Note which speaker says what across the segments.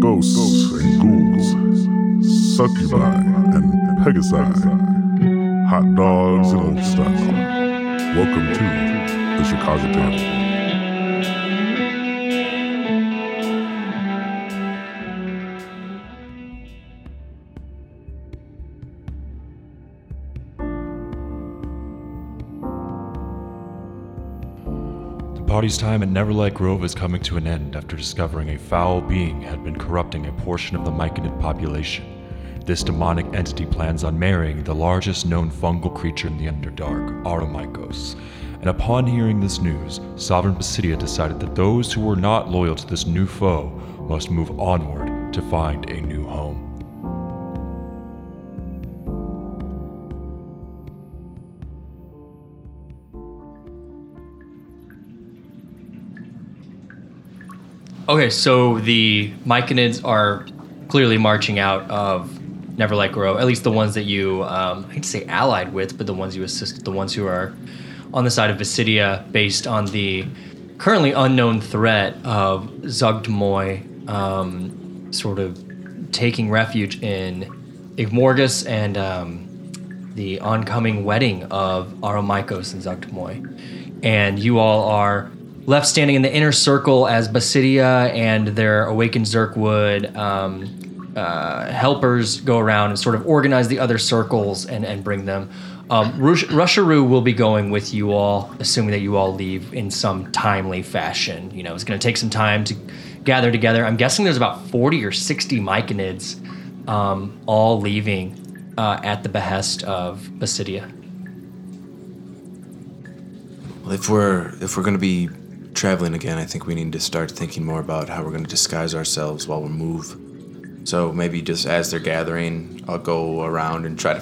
Speaker 1: ghosts and ghouls, succubi and pegasi, hot dogs and old style. Welcome to the Chicago Table.
Speaker 2: Party's time at Neverlight Grove is coming to an end after discovering a foul being had been corrupting a portion of the Myconid population. This demonic entity plans on marrying the largest known fungal creature in the Underdark, Automycos. And upon hearing this news, Sovereign Basidia decided that those who were not loyal to this new foe must move onward to find a new home.
Speaker 3: Okay, so the Myconids are clearly marching out of Neverlight Grove. At least the ones that you, um, I hate to say allied with, but the ones you assist, the ones who are on the side of Visidia, based on the currently unknown threat of Zugdmoy, um, sort of taking refuge in Igmorgus and um, the oncoming wedding of Aromykos and Zugdmoy. And you all are left standing in the inner circle as Basidia and their awakened Zerkwood um, uh, helpers go around and sort of organize the other circles and, and bring them. Um, Rush- Rusharu will be going with you all, assuming that you all leave in some timely fashion. You know, it's going to take some time to gather together. I'm guessing there's about 40 or 60 Myconids um, all leaving uh, at the behest of Basidia.
Speaker 4: Well, if we're if we're going to be traveling again, I think we need to start thinking more about how we're going to disguise ourselves while we move. So maybe just as they're gathering, I'll go around and try to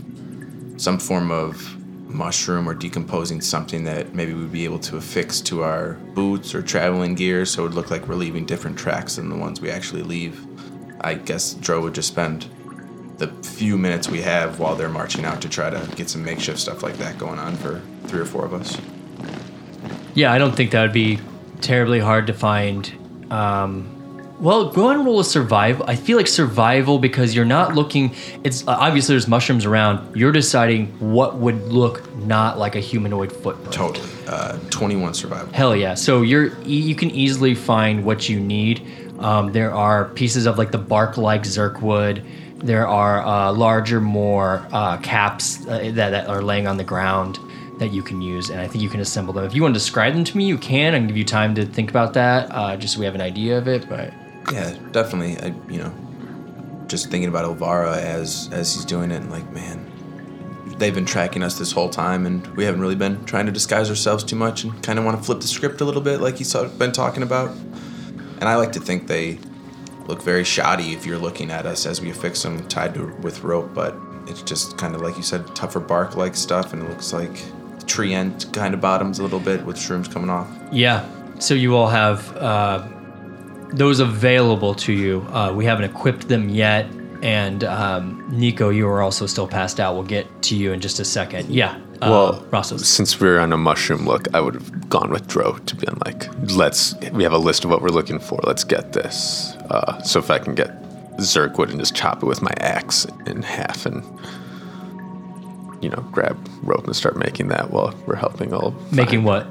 Speaker 4: find some form of mushroom or decomposing something that maybe we'd be able to affix to our boots or traveling gear so it would look like we're leaving different tracks than the ones we actually leave. I guess Dro would just spend the few minutes we have while they're marching out to try to get some makeshift stuff like that going on for three or four of us.
Speaker 3: Yeah, I don't think that would be terribly hard to find. Um, well, go and roll a survival. I feel like survival because you're not looking. It's uh, obviously there's mushrooms around. You're deciding what would look not like a humanoid footprint.
Speaker 4: Totally. Uh, 21 survival.
Speaker 3: Hell yeah! So you're e- you can easily find what you need. Um, there are pieces of like the bark-like zirkwood. There are uh, larger, more uh, caps that, that are laying on the ground that you can use, and I think you can assemble them. If you want to describe them to me, you can. I can give you time to think about that, uh, just so we have an idea of it. But
Speaker 4: yeah, definitely. I, you know, just thinking about Elvara as as he's doing it, and like, man, they've been tracking us this whole time, and we haven't really been trying to disguise ourselves too much, and kind of want to flip the script a little bit, like he's been talking about. And I like to think they look very shoddy if you're looking at us as we affix them tied to, with rope, but. It's just kind of like you said, tougher bark like stuff, and it looks like tree end kind of bottoms a little bit with shrooms coming off.
Speaker 3: Yeah. So you all have uh, those available to you. Uh, we haven't equipped them yet. And um, Nico, you are also still passed out. We'll get to you in just a second. Yeah. Uh,
Speaker 5: well, Rossos. since we are on a mushroom look, I would have gone with Dro to be like, let's, we have a list of what we're looking for. Let's get this. Uh, so if I can get Zerkwood and just chop it with my axe in half and you know, grab rope and start making that while we're helping all.
Speaker 3: Making what?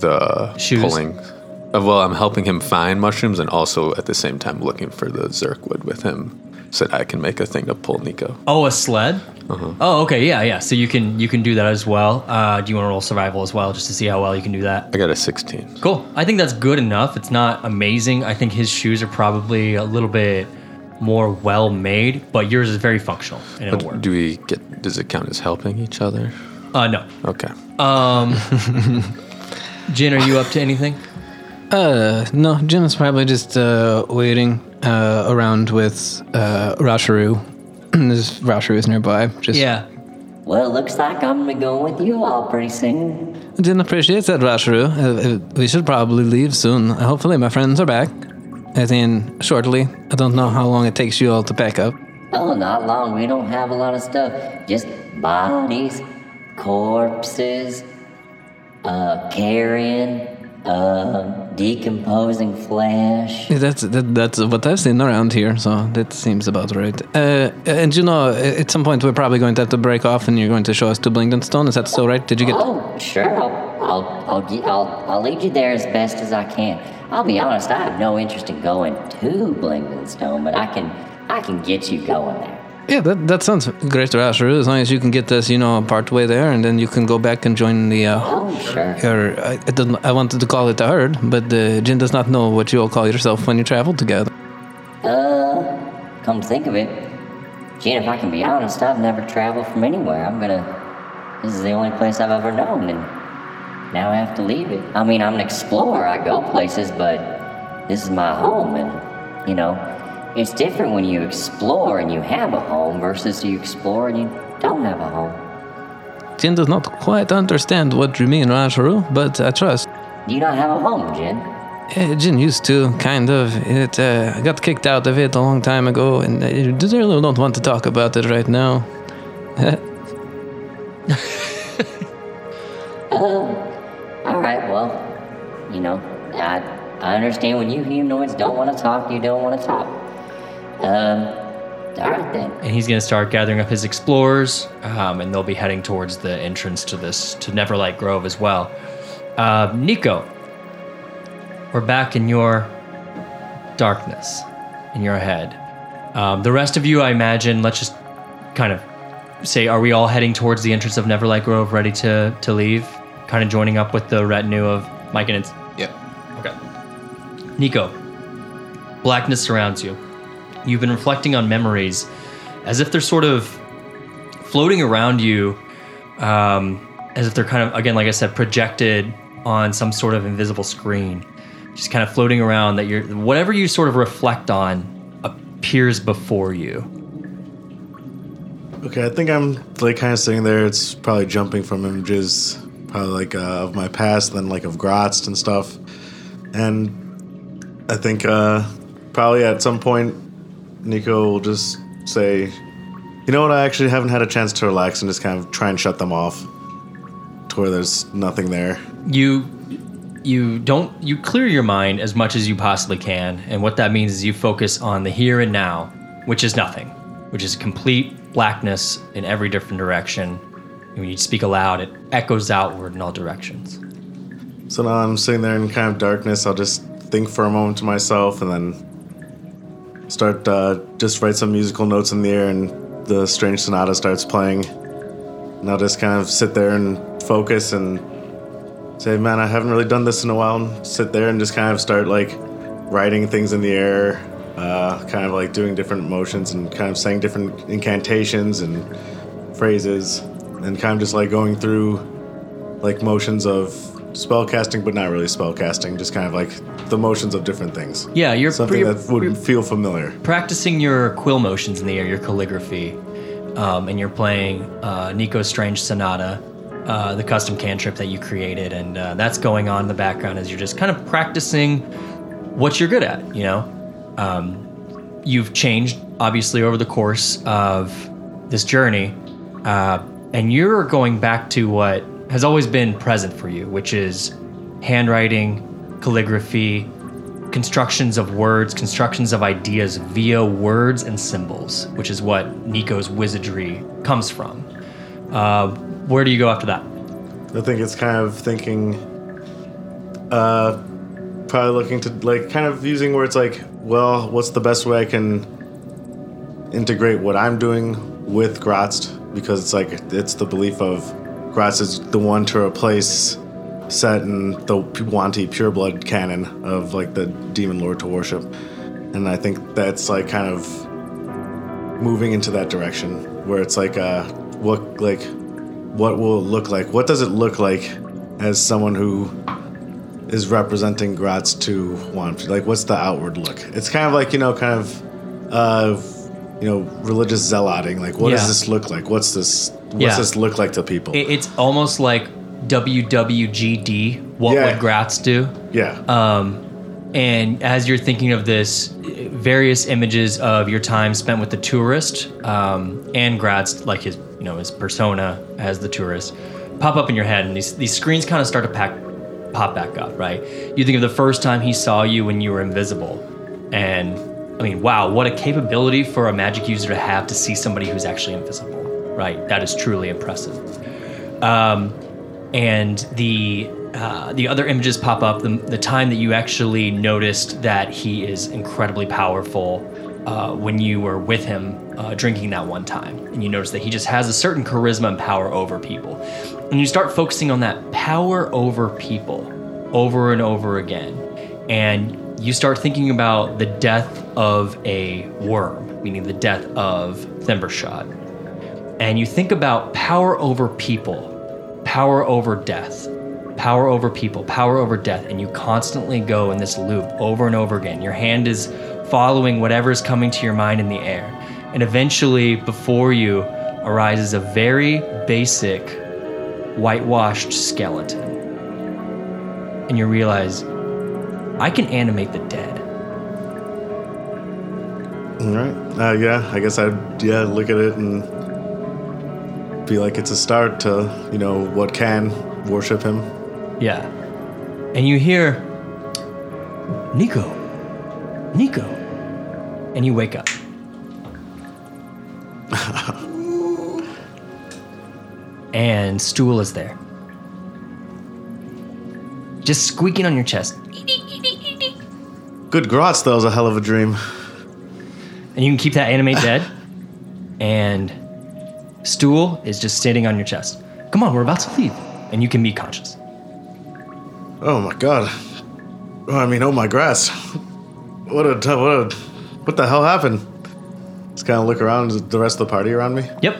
Speaker 5: The
Speaker 3: Shoes.
Speaker 5: pulling. Uh, well, I'm helping him find mushrooms and also at the same time looking for the zirkwood with him, so that I can make a thing to pull Nico.
Speaker 3: Oh, a sled. Uh-huh. Oh, okay, yeah, yeah. So you can you can do that as well. Uh, do you want to roll survival as well, just to see how well you can do that?
Speaker 5: I got a 16.
Speaker 3: Cool. I think that's good enough. It's not amazing. I think his shoes are probably a little bit more well made, but yours is very functional and it'll work.
Speaker 5: Do we get? Does it count as helping each other?
Speaker 3: Uh, no.
Speaker 5: Okay.
Speaker 3: Um, Jin, are you up to anything?
Speaker 6: Uh, no. Jin is probably just uh, waiting uh, around with uh, Rasharu. There's Rasharu is nearby. Just
Speaker 3: yeah.
Speaker 7: Well, it looks like I'm gonna go with you all pretty soon.
Speaker 6: I didn't appreciate that, Rasharu. Uh, uh, we should probably leave soon. Hopefully, my friends are back as in shortly. I don't know how long it takes you all to pack up.
Speaker 7: Oh, not long. We don't have a lot of stuff. Just bodies, corpses, uh, carrion, uh, decomposing flesh.
Speaker 6: Yeah, That's that, that's what I've seen around here, so that seems about right. Uh, and you know, at some point we're probably going to have to break off, and you're going to show us to Blingdenstone. Is that so right? Did you get?
Speaker 7: Oh, sure. I'll, I'll, I'll, ge- I'll, I'll lead you there as best as I can. I'll be honest. I have no interest in going to Blingdenstone, but I can, I can get you going there.
Speaker 6: Yeah, that, that sounds great, Rasharu. As long as you can get us, you know, part way there, and then you can go back and join the. Uh,
Speaker 7: Oh, sure.
Speaker 6: or I, I don't. know- I wanted to call it a herd, but uh, Jin does not know what you all call yourself when you travel together.
Speaker 7: Uh, come to think of it, Gene, if I can be honest, I've never traveled from anywhere. I'm gonna. This is the only place I've ever known, and now I have to leave it. I mean, I'm an explorer. I go places, but this is my home, and you know, it's different when you explore and you have a home versus you explore and you don't have a home.
Speaker 6: Jin does not quite understand what you mean, Rasharu, but I trust.
Speaker 7: Do you not have a home, Jin?
Speaker 6: Uh, Jin used to, kind of. It uh, got kicked out of it a long time ago, and I really don't want to talk about it right now.
Speaker 7: All right. Well, you know, I I understand when you humanoids don't want to talk, you don't want to talk. Um. All right then.
Speaker 3: and he's going to start gathering up his explorers, um, and they'll be heading towards the entrance to this to Neverlight Grove as well. Uh, Nico, we're back in your darkness, in your head. Um, the rest of you, I imagine, let's just kind of say, are we all heading towards the entrance of Neverlight Grove, ready to to leave? Kind of joining up with the retinue of Mike and it's
Speaker 4: Yep.
Speaker 3: Okay. Nico, blackness surrounds you. You've been reflecting on memories as if they're sort of floating around you, um, as if they're kind of, again, like I said, projected on some sort of invisible screen, just kind of floating around that you're, whatever you sort of reflect on appears before you.
Speaker 8: Okay, I think I'm like kind of sitting there. It's probably jumping from images, probably like uh, of my past, then like of Gratz and stuff. And I think uh, probably at some point, Nico will just say, "You know what? I actually haven't had a chance to relax and just kind of try and shut them off, to where there's nothing there."
Speaker 3: you you don't you clear your mind as much as you possibly can and what that means is you focus on the here and now which is nothing which is complete blackness in every different direction and when you speak aloud it echoes outward in all directions
Speaker 8: So now I'm sitting there in kind of darkness. I'll just think for a moment to myself and then start uh, just write some musical notes in the air, and the strange sonata starts playing. And I'll just kind of sit there and focus and say, "Man, I haven't really done this in a while." And sit there and just kind of start like writing things in the air, uh, kind of like doing different motions and kind of saying different incantations and phrases, and kind of just like going through like motions of spellcasting, but not really spellcasting, just kind of like the motions of different things.
Speaker 3: yeah you're
Speaker 8: Something
Speaker 3: you're-
Speaker 8: that would feel familiar.
Speaker 3: practicing your quill motions in the air, your calligraphy, um, and you're playing uh, Nico's Strange Sonata, uh, the custom cantrip that you created, and uh, that's going on in the background as you're just kind of practicing what you're good at. You know, um, you've changed obviously over the course of this journey, uh, and you're going back to what has always been present for you, which is handwriting, calligraphy, constructions of words, constructions of ideas via words and symbols, which is what Nico's wizardry comes from. Uh, where do you go after that?
Speaker 8: I think it's kind of thinking, uh, probably looking to like kind of using words like, well, what's the best way I can integrate what I'm doing with Gratz? Because it's like it's the belief of Gratz is the one to replace set in the Wanty pureblood canon of like the demon lord to worship, and I think that's like kind of moving into that direction where it's like uh, what like what will it look like? What does it look like as someone who is representing Graz to one? Like, what's the outward look? It's kind of like you know, kind of, uh, you know, religious zealoting. Like, what
Speaker 3: Yeah.
Speaker 8: does this look like? What's this? What's
Speaker 3: Yeah.
Speaker 8: this look like to people?
Speaker 3: It- It's almost like WWGD, what
Speaker 8: Yeah.
Speaker 3: would Gratz do?
Speaker 8: yeah.
Speaker 3: And as you're thinking of this, various images of your time spent with the tourist um, and Gratz, like his, you know, his persona as the tourist, pop up in your head, and these these screens kind of start to pack pop back up, right? You think of the first time he saw you when you were invisible. And I mean, wow, what a capability for a magic user to have to see somebody who's actually invisible, right? That is truly impressive. Um, and the uh, the other images pop up the, the time that you actually noticed that he is incredibly powerful uh, when you were with him uh, drinking that one time and you notice that he just has a certain charisma and power over people and you start focusing on that power over people over and over again and you start thinking about the death of a worm meaning the death of thimbershot and you think about power over people power over death, power over people, power over death, and you constantly go in this loop over and over again. Your hand is following whatever is coming to your mind in the air. And eventually, before you arises a very basic, whitewashed skeleton. And you realize, I can animate the dead.
Speaker 8: All right. Uh, yeah, I guess I'd yeah look at it and be like it's a start to you know what can worship him.
Speaker 3: Yeah. And you hear, Nico, Nico. And you wake up. and Stool is there. Just squeaking on your chest.
Speaker 8: Good grotz, that was a hell of a dream.
Speaker 3: And you can keep that anime dead. and Stool is just standing on your chest. Come on, we're about to leave. And you can be conscious.
Speaker 8: Oh my god. Oh, I mean, oh my grass. What a t- what a what the hell happened? Just kind of look around at the rest of the party around me.
Speaker 3: Yep.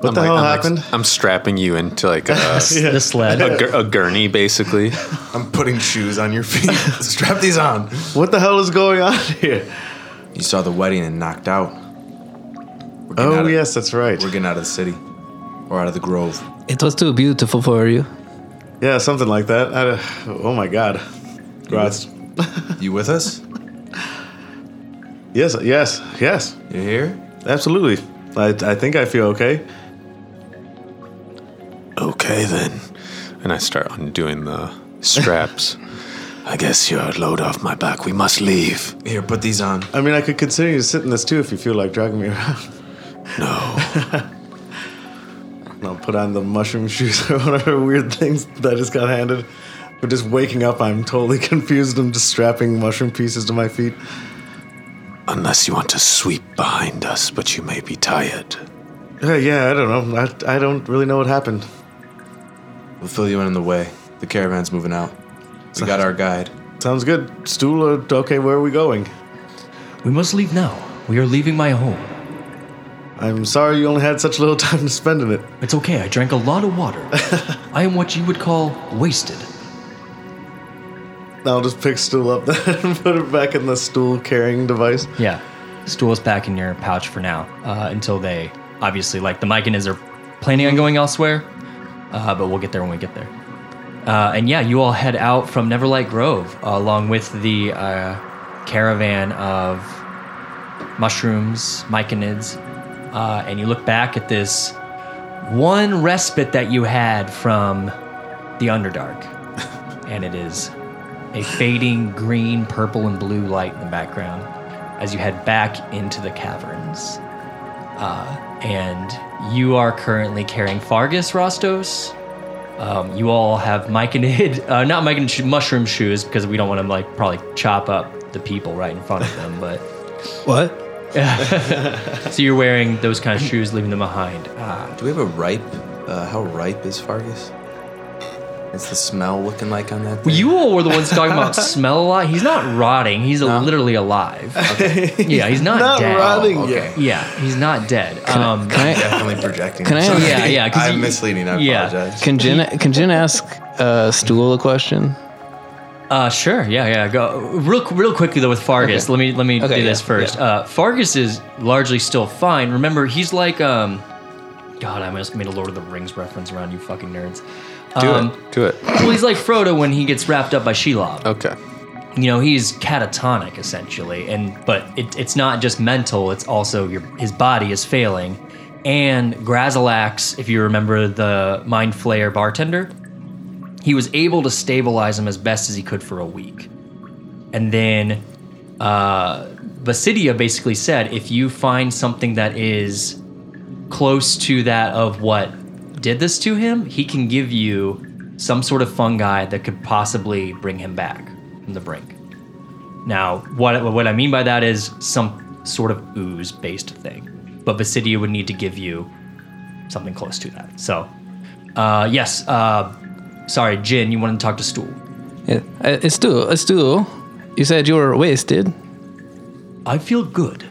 Speaker 8: What the
Speaker 5: like-
Speaker 8: hell
Speaker 5: I'm like-
Speaker 8: happened?
Speaker 5: I'm strapping you into like a,
Speaker 8: Yeah.
Speaker 3: The sled.
Speaker 5: a, gur- a gurney, basically.
Speaker 4: I'm putting shoes on your feet. Strap these on.
Speaker 8: What the hell is going on here?
Speaker 4: You saw the wedding and knocked out. We're getting out
Speaker 8: Oh
Speaker 4: of-
Speaker 8: yes, that's right.
Speaker 4: We're getting out of the city, or out of the grove.
Speaker 6: It was too beautiful for you.
Speaker 8: Yeah, something like that. I, uh, oh my god. Grotz.
Speaker 4: You with us?
Speaker 8: Yes, yes, yes.
Speaker 4: You here?
Speaker 8: Absolutely. I, I think I feel okay.
Speaker 5: okay then. And I start undoing the straps. I guess you're a load off my back. We must leave.
Speaker 4: Here, put these on.
Speaker 8: I mean, I could consider you sitting this too if you feel like dragging me around.
Speaker 5: No.
Speaker 8: And I'll put on the mushroom shoes or whatever weird things that I just got handed. But just waking up, I'm totally confused. I'm just strapping mushroom pieces to my feet.
Speaker 5: Unless you want to sweep behind us, but you may be tired.
Speaker 8: Uh, yeah, I don't know. I, I don't really know what happened.
Speaker 4: We'll fill you in on the way. The caravan's moving out. We got our guide.
Speaker 8: Sounds good. Stool, uh, okay, where are we going?
Speaker 3: We must leave now. We are leaving my home.
Speaker 8: I'm sorry you only had such little time to spend in it.
Speaker 3: It's okay, I drank a lot of water. I am what you would call wasted.
Speaker 8: I'll just pick Stool up then and put it back in the stool carrying device.
Speaker 3: Yeah. Stool's back in your pouch for now uh, until they, obviously, like the Myconids are planning on going elsewhere, uh, but we'll get there when we get there. Uh, and yeah, you all head out from Neverlight Grove uh, along with the uh, caravan of mushrooms, Myconids, uh, and you look back at this one respite that you had from the Underdark, and it is a fading green, purple, and blue light in the background as you head back into the caverns. Uh, and you are currently carrying Fargus Rostos. Um, you all have Myconid, uh, not Myconid sh- mushroom shoes because we don't want to like probably chop up the people right in front of them. But
Speaker 6: What?
Speaker 3: so you're wearing those kind of shoes, leaving them behind. Uh,
Speaker 4: Do we have a ripe? Uh, how ripe is Fargus? What's the smell looking like on that?
Speaker 3: Well,
Speaker 4: thing?
Speaker 3: you all were the ones talking about smell a lot. He's not rotting. He's literally alive. Yeah, he's not,
Speaker 8: Not
Speaker 3: dead.
Speaker 8: rotting
Speaker 4: okay.
Speaker 8: yet.
Speaker 3: Yeah, he's not dead. Um,
Speaker 6: Can I?
Speaker 4: Definitely projecting.
Speaker 6: Can I-
Speaker 4: Sorry.
Speaker 3: yeah, yeah. 'cause
Speaker 4: I'm
Speaker 3: you-
Speaker 4: misleading. I
Speaker 3: yeah.
Speaker 4: apologize.
Speaker 6: Can Jin? Can Jin ask uh, Stool a question?
Speaker 3: Uh, sure. Yeah, yeah. Go real, real quickly though with Fargus.
Speaker 6: Okay.
Speaker 3: Let me let me
Speaker 6: Okay,
Speaker 3: do this
Speaker 6: yeah,
Speaker 3: first.
Speaker 6: yeah.
Speaker 3: Uh, Fargus is largely still fine. Remember, he's like um, God, I almost made a Lord of the Rings reference around you fucking nerds.
Speaker 5: Do
Speaker 3: um,
Speaker 5: it. Do it.
Speaker 3: Well, he's like Frodo when he gets wrapped up by Shelob.
Speaker 5: Okay.
Speaker 3: you know he's catatonic essentially and but it, it's not just mental it's also your, his body is failing and Grazalax if you remember the mind flayer bartender he was able to stabilize him as best as he could for a week. And then uh, Basidia basically said if you find something that is close to that of what did this to him, he can give you some sort of fungi that could possibly bring him back from the brink. Now, what, what I mean by that is some sort of ooze based thing. But Basidia would need to give you something close to that. So, uh, yes, uh, sorry, Jin, you wanted to talk to Stool.
Speaker 6: Yeah. Uh, it's too. It's too. You said you were wasted,
Speaker 3: I feel good.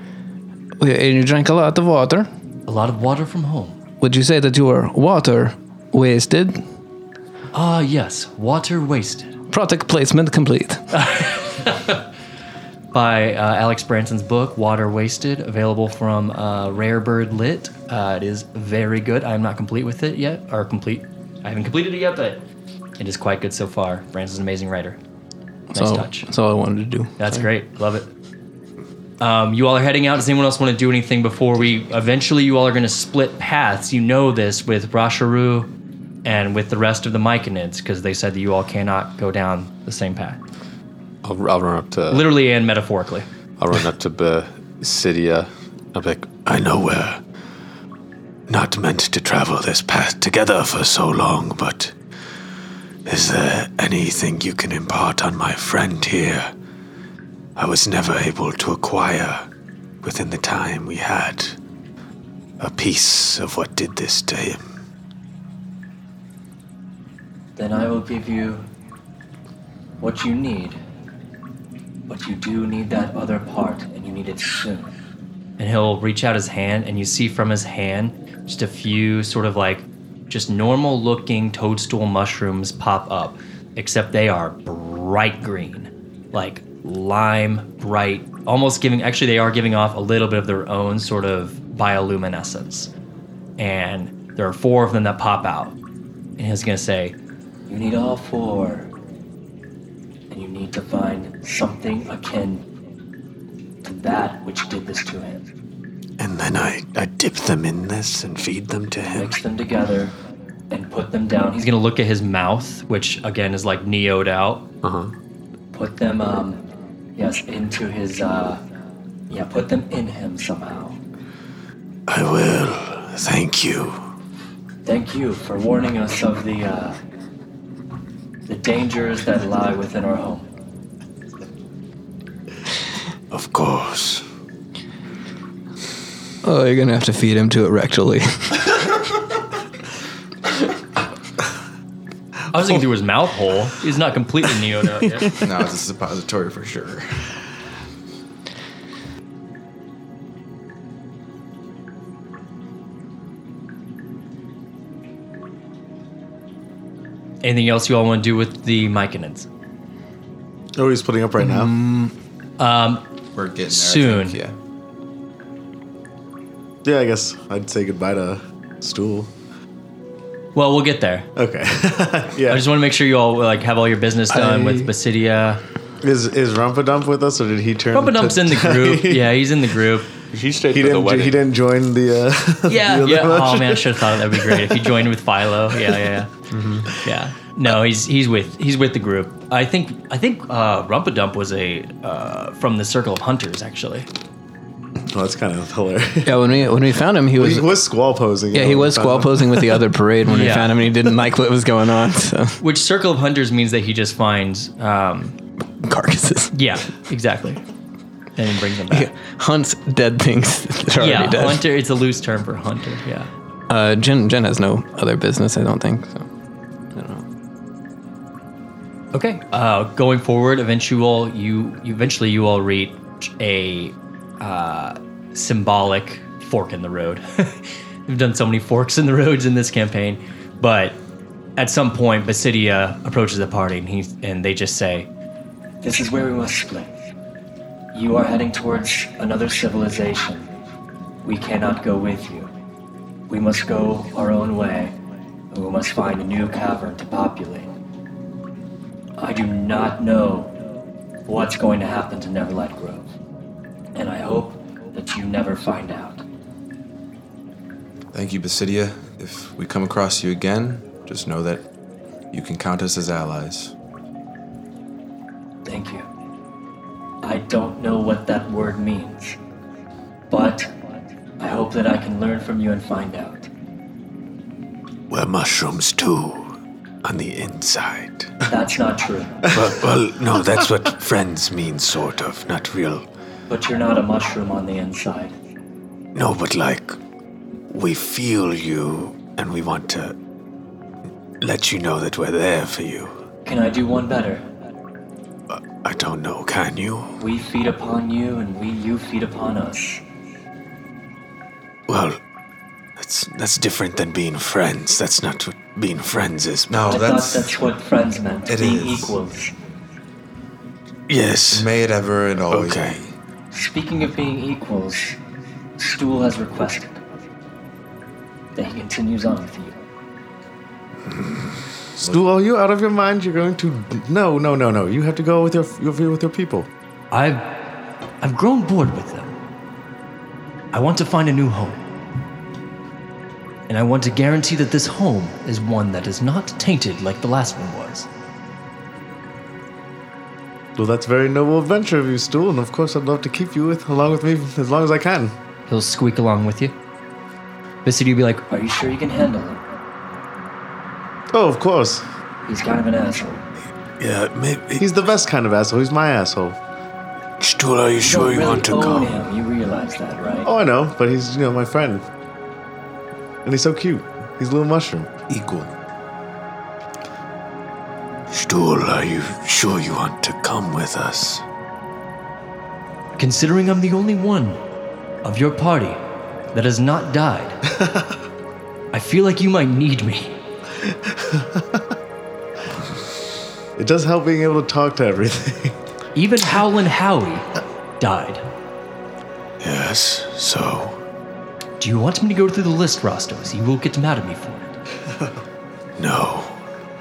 Speaker 6: and you drank a lot of water.
Speaker 3: A lot of water from home.
Speaker 6: Would you say that you were water wasted?
Speaker 3: Ah, yes, water wasted
Speaker 6: Product placement complete.
Speaker 3: by uh, Alex Branson's book, Water Wasted, available from uh, Rare Bird Lit. Uh, it is very good. I'm not complete with it yet, or complete. I haven't completed it yet, but it is quite good so far. Branson's an amazing writer. Nice
Speaker 6: so
Speaker 3: touch.
Speaker 6: that's all I wanted to do.
Speaker 3: That's great. Love it. Um, you all are heading out. Does anyone else want to do anything before we eventually you all are going to split paths? You know this with Rasharu and with the rest of the Myconids because they said that you all cannot go down the same path.
Speaker 5: I'll, I'll run up to
Speaker 3: Literally and metaphorically.
Speaker 5: I'll run up to Basidia. I'll be like, I know we're not meant to travel this path together for so long, but is there anything you can impart on my friend here? I was never able to acquire within the time we had a piece of what did this to him.
Speaker 7: Then I will give you what you need. But you do need that other part, and you need it soon.
Speaker 3: and he'll reach out his hand and you see from his hand just a few sort of like just normal looking toadstool mushrooms pop up except they are bright green like lime bright almost giving actually they are giving off a little bit of their own sort of bioluminescence and there are four of them that pop out and he's going to say
Speaker 7: You need all four. And you need to find something akin to that which did this to him.
Speaker 5: And then I, I dip them in this and feed them to him.
Speaker 7: Mix them together and put them down.
Speaker 3: he's
Speaker 7: He's
Speaker 3: going to look at his mouth which again is like neoed out
Speaker 7: put them um yes, into his uh yeah, put them in him somehow.
Speaker 5: I will. Thank you.
Speaker 7: Thank you for warning us of the uh the dangers that lie within our home.
Speaker 5: Of course.
Speaker 6: Oh, you're gonna have to feed him to it rectally.
Speaker 3: i was thinking through his mouth hole he's not completely neoed out yet
Speaker 4: No, it's a suppository for sure.
Speaker 3: Anything else you all want to do with the Myconids?
Speaker 8: Oh, he's splitting up right now.
Speaker 4: We're getting there, I
Speaker 3: Soon.
Speaker 4: think, Yeah.
Speaker 8: Yeah, I guess I'd say goodbye to Stool.
Speaker 3: Well, we'll get there.
Speaker 8: Okay.
Speaker 3: I
Speaker 8: yeah.
Speaker 3: just want to make sure you all like have all your business done with Basidia.
Speaker 8: Is is Rumpadump with us, or did he turn?
Speaker 3: Rumpadump's
Speaker 8: to-
Speaker 3: in the group. yeah, he's in the group.
Speaker 5: He stayed
Speaker 8: He
Speaker 5: for the
Speaker 8: didn't. jo-
Speaker 5: wedding.
Speaker 8: he didn't join the. Uh,
Speaker 3: Yeah,
Speaker 8: the other
Speaker 3: yeah. Oh
Speaker 8: bunch.
Speaker 3: man, I should have thought that'd be great if he joined with Philo. Yeah, yeah, yeah. yeah. No, he's he's with he's with the group. I think I think uh, Rumpadump was a uh, from the Circle of Hunters actually.
Speaker 8: Well, that's kind of hilarious.
Speaker 6: yeah, when we when we found him, he was
Speaker 8: He was squall posing.
Speaker 6: yeah
Speaker 8: you
Speaker 6: he
Speaker 8: know,
Speaker 6: was
Speaker 8: when we
Speaker 6: squall
Speaker 8: found him.
Speaker 6: posing with the other parade when we
Speaker 3: Yeah.
Speaker 6: found him, and he didn't like what was going on. So
Speaker 3: Which Circle of Hunters means that he just finds. Um,
Speaker 6: carcasses.
Speaker 3: yeah, exactly. And he brings them back.
Speaker 6: Yeah, hunts dead things that are
Speaker 3: yeah
Speaker 6: already dead.
Speaker 3: hunter. It's a loose term for hunter. Yeah.
Speaker 6: Uh, Jen Jen has no other business, I don't think. So.
Speaker 3: Okay. Uh, going forward, eventual you eventually you all reach a uh, symbolic fork in the road. We've done so many forks in the roads in this campaign, but at some point, Basidia approaches the party and he and they just say,
Speaker 7: This is where we must split. You are heading towards another civilization. We cannot go with you. We must go our own way, and we must find a new cavern to populate. I do not know what's going to happen to Neverlight Grove, and I hope that you never find out.
Speaker 4: Thank you, Basidia. If we come across you again, just know that You can count us as allies.
Speaker 9: Thank you. I don't know what that word means, but I hope that I can learn from you and find out.
Speaker 5: We're mushrooms too, on the inside.
Speaker 9: That's not true.
Speaker 5: well, well, no, that's what friends mean, sort of. Not real.
Speaker 9: But you're not a mushroom on the inside.
Speaker 5: No, but like, we feel you and we want to let you know that we're there for you.
Speaker 9: Can I do one better?
Speaker 5: I don't know, can you?
Speaker 9: We feed upon you and we you feed upon us.
Speaker 5: Well, that's that's different than being friends. That's not what being friends is.
Speaker 4: No,
Speaker 9: I
Speaker 4: that's.
Speaker 9: thought that's what friends meant.
Speaker 4: It
Speaker 9: be
Speaker 4: is.
Speaker 9: equals.
Speaker 5: Yes.
Speaker 4: May it ever and always
Speaker 5: Okay.
Speaker 4: be.
Speaker 9: Speaking of being equals, Stool has requested that he continues on with you.
Speaker 8: Stool, are you out of your mind? You're going to no, no, no, no. You have to go with your with your people.
Speaker 3: I've I've grown bored with them. I want to find a new home. And I want to guarantee that this home is one that is not tainted like the last one was.
Speaker 8: Well, that's a very noble adventure of you, Stool, and of course I'd love to keep you with along with me as long as I can.
Speaker 3: He'll squeak along with you. Bissy, you'll be like,
Speaker 9: Are you sure you can handle him?
Speaker 8: Oh, of course.
Speaker 9: He's kind of an asshole.
Speaker 5: Yeah, maybe.
Speaker 8: He's the best kind of asshole. He's my asshole.
Speaker 5: Stool, are you
Speaker 9: You
Speaker 5: sure
Speaker 9: don't
Speaker 5: you
Speaker 9: really
Speaker 5: want to
Speaker 9: own
Speaker 5: go?
Speaker 9: him. You realize that, right?
Speaker 8: Oh, I know, but he's you know my friend, and he's so cute. He's a little mushroom.
Speaker 4: Equal.
Speaker 5: Stool, are you sure you want to come with us?
Speaker 3: considering I'm the only one of your party that has not died, I feel like you might need me.
Speaker 8: It does help being able to talk to everything.
Speaker 3: Even Howlin' Howie died.
Speaker 5: Yes. So.
Speaker 3: Do you want me to go through the list, Rostos? You will get mad at me for it.
Speaker 5: No.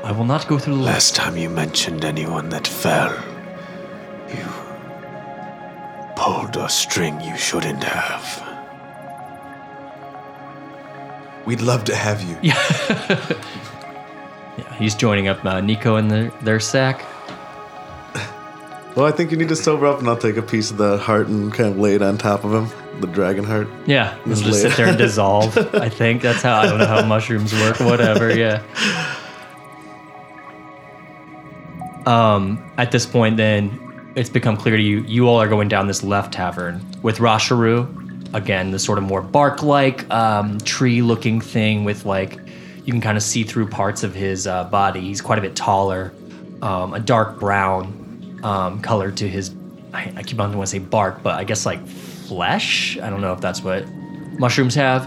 Speaker 3: I will not go through the list.
Speaker 5: Last time you mentioned anyone that fell, you pulled a string you shouldn't have.
Speaker 4: We'd love to have you.
Speaker 3: Yeah, he's joining up uh, Nico in their, their sack.
Speaker 8: well, I think you need to sober up, and I'll take a piece of the heart and kind of lay it on top of him, the dragon heart.
Speaker 3: Yeah, he'll just sit there and dissolve. I think that's how I don't know how mushrooms work. Whatever. Yeah. Um. At this point, then it's become clear to you. You all are going down this left tavern with Rasharu. Again, the sort of more bark-like, um, tree-looking thing with like you can kind of see through parts of his uh, body. He's quite a bit taller, um, a dark brown um, color to his. I, I keep on want to say bark, but I guess like flesh. I don't know if that's what mushrooms have.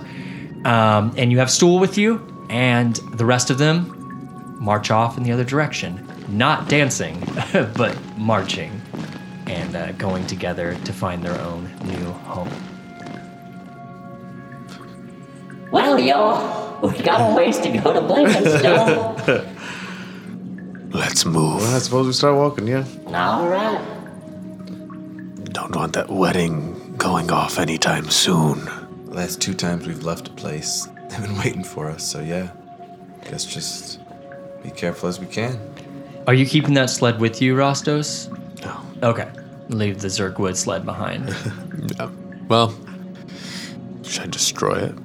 Speaker 3: Um, and you have stool with you, and the rest of them march off in the other direction, not dancing, but marching and uh, going together to find their own new home.
Speaker 7: Well, y'all, we got a ways to go to Blinkenstone.
Speaker 5: Let's move.
Speaker 8: I suppose we start walking, yeah.
Speaker 7: All right.
Speaker 5: Don't want that wedding going off anytime soon.
Speaker 4: Last two times we've left a place, they've been waiting for us, so yeah. Guess just be careful as we can.
Speaker 3: Are you keeping that sled with you, Rostos?
Speaker 5: No.
Speaker 3: Okay. Leave the Zerkwood sled behind.
Speaker 5: Well, should I destroy it?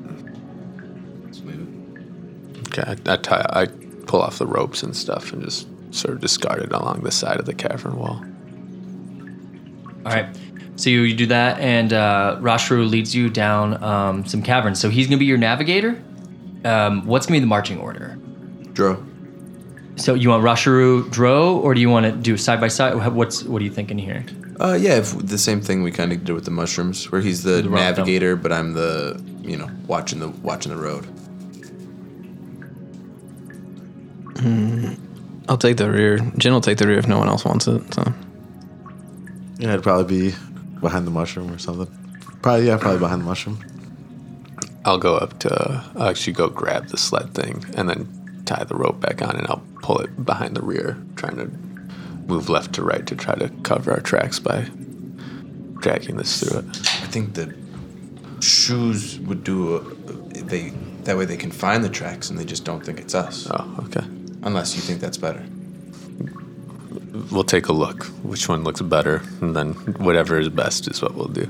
Speaker 5: Okay, I, I, tie, I pull off the ropes and stuff and just sort of discard it along the side of the cavern wall.
Speaker 3: All right. So you, you do that, and uh, Rashru leads you down um, some caverns. So he's going to be your navigator. Um, what's going to be the marching order?
Speaker 4: Dro.
Speaker 3: So you want Rashru Dro, or do you want to do side by side? Wha- What's what are you thinking here?
Speaker 4: Uh, yeah, if, the same thing we kind of did with the mushrooms, where he's the,
Speaker 3: rock dump.
Speaker 4: navigator, but I'm the you know watching the watching the road.
Speaker 6: I'll take the rear. Jen will take the rear if no one else wants it. So
Speaker 8: Yeah, it'd probably be behind the mushroom or something. Probably, yeah, probably behind the mushroom.
Speaker 5: I'll go up to, I'll actually go grab the sled thing and then tie the rope back on and I'll pull it behind the rear, trying to move left to right to try to cover our tracks by dragging this through it.
Speaker 4: I think the shoes uh, would do. A, they that way they can find the tracks and they just don't think it's us.
Speaker 5: Oh, okay.
Speaker 4: Unless you think that's better.
Speaker 5: We'll take a look. Which one looks better, and then whatever is best is what we'll do.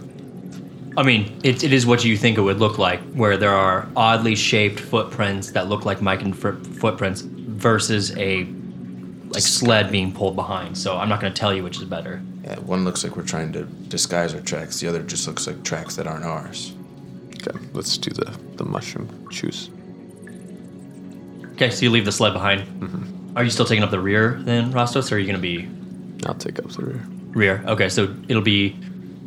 Speaker 3: I mean, it, it is what you think it would look like, where there are oddly shaped footprints that look like Mike and fr- footprints versus a like sled being pulled behind. So I'm not going to tell you which is better.
Speaker 4: Yeah, one looks like we're trying to disguise our tracks. The other just looks like tracks that aren't ours.
Speaker 5: Okay, let's do the the mushroom juice.
Speaker 3: Okay, so you leave the sled behind. Are you still taking up the rear then, Rostos, or are you going to be
Speaker 5: I'll take up the rear.
Speaker 3: rear? Okay, so it'll be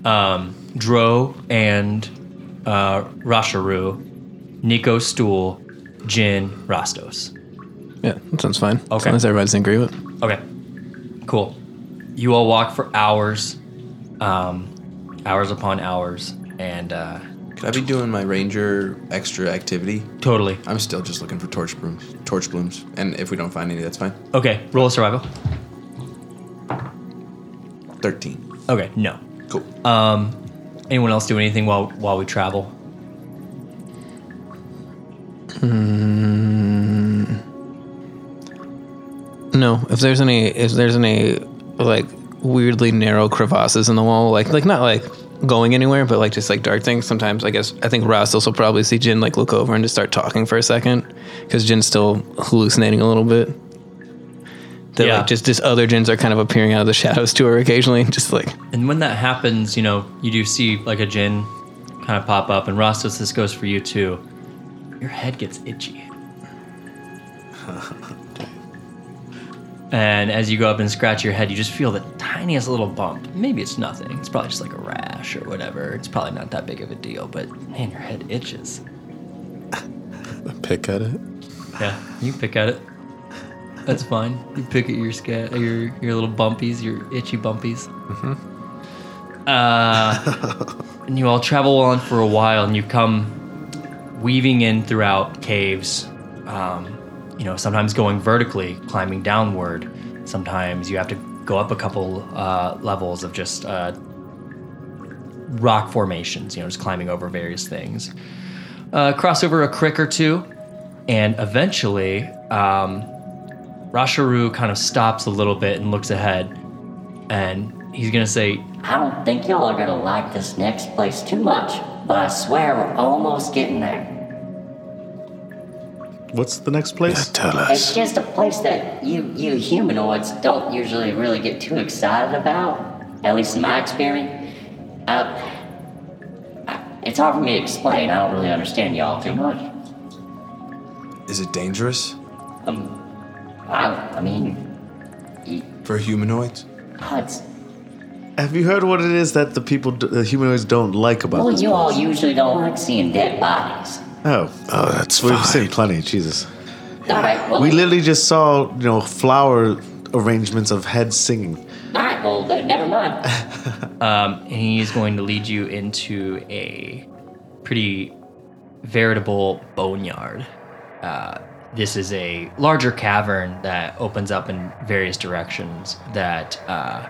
Speaker 3: um, Dro and uh, Rasharu, Nico Stool, Jin, Rostos.
Speaker 6: Yeah, that sounds fine. As
Speaker 3: Okay.
Speaker 6: long as everybody's in agreement.
Speaker 3: Okay. Cool. You all walk for hours, um, hours upon hours, and uh,
Speaker 4: Could I be doing my ranger extra activity?
Speaker 3: totally.
Speaker 4: I'm still just looking for torch blooms. Torch blooms, and if we don't find any, that's fine.
Speaker 3: Okay, roll a survival.
Speaker 4: Thirteen.
Speaker 3: Okay, no.
Speaker 4: Cool.
Speaker 3: Anyone else do anything while while we travel?
Speaker 6: No, if there's any, if there's any, like weirdly narrow crevasses in the wall, like like not like going anywhere, but like just like dark things. Sometimes I guess I think Rastos will probably see Jin like look over and just start talking for a second because Jin's still hallucinating a little bit. That
Speaker 3: Yeah.
Speaker 6: like just just other Jins are kind of appearing out of the shadows to her occasionally, just like
Speaker 3: And when that happens, you know, you do see like a Jin kind of pop up, and Rostos, this goes for you too. Your head gets itchy. and as you go up and scratch your head, you just feel the tiniest little bump. Maybe it's nothing. It's probably just like a rash or whatever. It's probably not that big of a deal, but man, your head itches.
Speaker 5: Pick at it.
Speaker 3: Yeah, you can pick at it. That's fine. You pick at your scat, your your little bumpies, your itchy bumpies. Mm-hmm. Uh, and you all travel on for a while, and you come weaving in throughout caves. Um, you know, sometimes going vertically, climbing downward. Sometimes you have to go up a couple uh, levels of just uh, rock formations. You know, just climbing over various things. Uh, cross over a crick or two, and eventually, um, Rasharu kind of stops a little bit and looks ahead, and he's gonna say,
Speaker 7: I don't think y'all are gonna like this next place too much, but I swear we're almost getting there.
Speaker 8: What's the next place?
Speaker 5: Tell
Speaker 7: It's
Speaker 5: us.
Speaker 7: just a place that you you humanoids don't usually really get too excited about, at least in my experience. Uh, I- it's hard for me to explain. I don't really understand y'all too much.
Speaker 4: Is it dangerous
Speaker 7: I, I mean,
Speaker 4: for humanoids?
Speaker 7: oh, it's,
Speaker 8: Have you heard what it is that the people, d- the humanoids, don't like about
Speaker 7: well,
Speaker 8: this
Speaker 7: you all
Speaker 8: place?
Speaker 7: usually don't like seeing dead bodies.
Speaker 8: Oh,
Speaker 5: Oh, that's
Speaker 8: we've
Speaker 5: fine.
Speaker 8: seen plenty. Jesus,
Speaker 7: All right, well,
Speaker 8: we literally just saw you know flower arrangements of heads singing.
Speaker 7: all right, well, then, never mind.
Speaker 3: um, and he's going to lead you into a pretty veritable boneyard. Uh, this is a larger cavern that opens up in various directions that uh,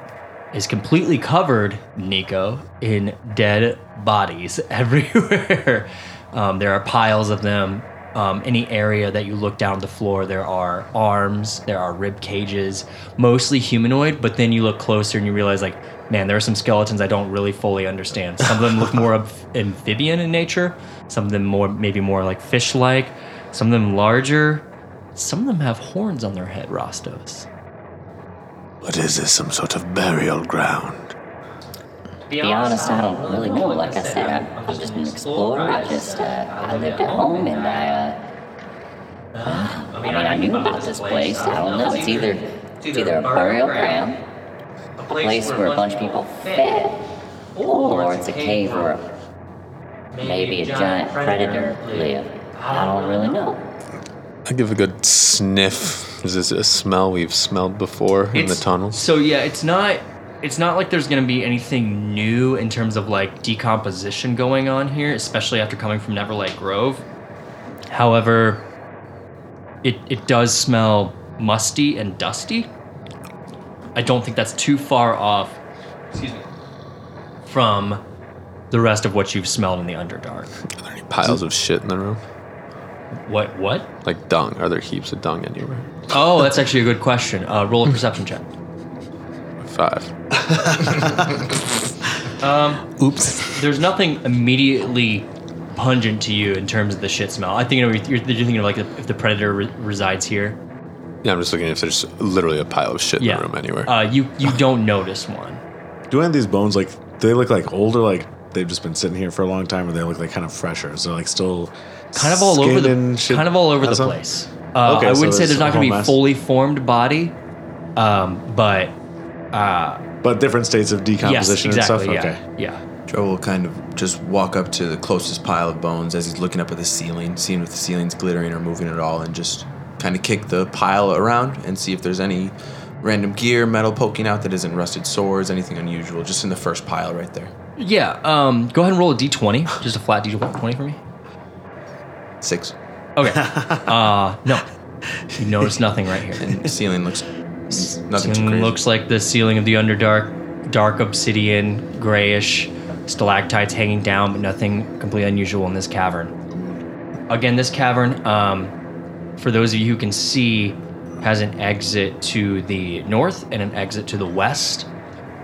Speaker 3: is completely covered, Nico, in dead bodies everywhere. um, there are piles of them. Um, any area that you look down the floor, there are arms, there are rib cages, mostly humanoid. But then you look closer and you realize, like, man, there are some skeletons I don't really fully understand. Some of them look more amph- amphibian in nature. Some of them more, maybe more like fish-like. Some of them larger. Some of them have horns on their head, Rostos.
Speaker 5: What is this? Some sort of burial ground?
Speaker 7: be honest, I don't really know. Like I said, I'm, I'm just an explorer. I just, uh, I lived at home and I, uh, I mean, I knew about this place. I don't know. It's either, it's either a burial ground,
Speaker 9: a
Speaker 7: a place where a bunch of people fed, or it's a cave where maybe a giant predator lived. I don't really know.
Speaker 5: I give a good sniff. Is this a smell we've smelled before in the
Speaker 3: It's-
Speaker 5: tunnels?
Speaker 3: So yeah, it's not it's not like there's gonna be anything new in terms of like decomposition going on here, especially after coming from Neverlight Grove. However, it it does smell musty and dusty. I don't think that's too far off. Excuse me. From the rest of what you've smelled in the Underdark.
Speaker 5: Are there any piles of shit in the room?
Speaker 3: What? What?
Speaker 5: Like dung. Are there heaps of dung anywhere?
Speaker 3: Oh, that's actually a good question. Uh,
Speaker 8: Hmm.
Speaker 3: roll a perception check.
Speaker 5: Five.
Speaker 6: Oops.
Speaker 3: There's nothing immediately pungent to you in terms of the shit smell. I think you know, you're, you're thinking of like if the predator re- resides here.
Speaker 5: Yeah, I'm just looking if there's literally a pile of shit in
Speaker 3: Yeah.
Speaker 5: the room anywhere.
Speaker 3: Uh, you you don't notice one.
Speaker 8: Do any of these bones like they look like older? Like they've just been sitting here for a long time, or they look like kind of fresher? So like still
Speaker 3: Kind of all over
Speaker 8: skin
Speaker 3: the
Speaker 8: and shit
Speaker 3: kind of all over the
Speaker 8: has on?
Speaker 3: place. Uh,
Speaker 8: Okay,
Speaker 3: I
Speaker 8: so
Speaker 3: would say there's
Speaker 8: there's a
Speaker 3: not going to
Speaker 8: whole
Speaker 3: be
Speaker 8: mess.
Speaker 3: fully formed body, um, but
Speaker 8: but different states of
Speaker 3: yes,
Speaker 8: decomposition
Speaker 3: exactly.
Speaker 8: and stuff.
Speaker 3: Yeah,
Speaker 8: Okay,
Speaker 3: yeah.
Speaker 4: Joe will kind of just walk up to the closest pile of bones as he's looking up at the ceiling, seeing if the ceiling's glittering or moving at all, and just kind of kick the pile around and see if there's any random gear, metal poking out that isn't rusted swords, anything unusual, just in the first pile right there.
Speaker 3: Yeah, um, go ahead and roll a d20, just a flat d20 for me.
Speaker 4: Six.
Speaker 3: Okay. Uh, no, you notice nothing right here.
Speaker 4: And the ceiling looks nothing too
Speaker 3: Ceiling
Speaker 4: crazy.
Speaker 3: looks like the ceiling of the Underdark, dark obsidian, grayish, stalactites hanging down, but nothing completely unusual in this cavern. Again, this cavern, um, for those of you who can see, has an exit to the north and an exit to the west,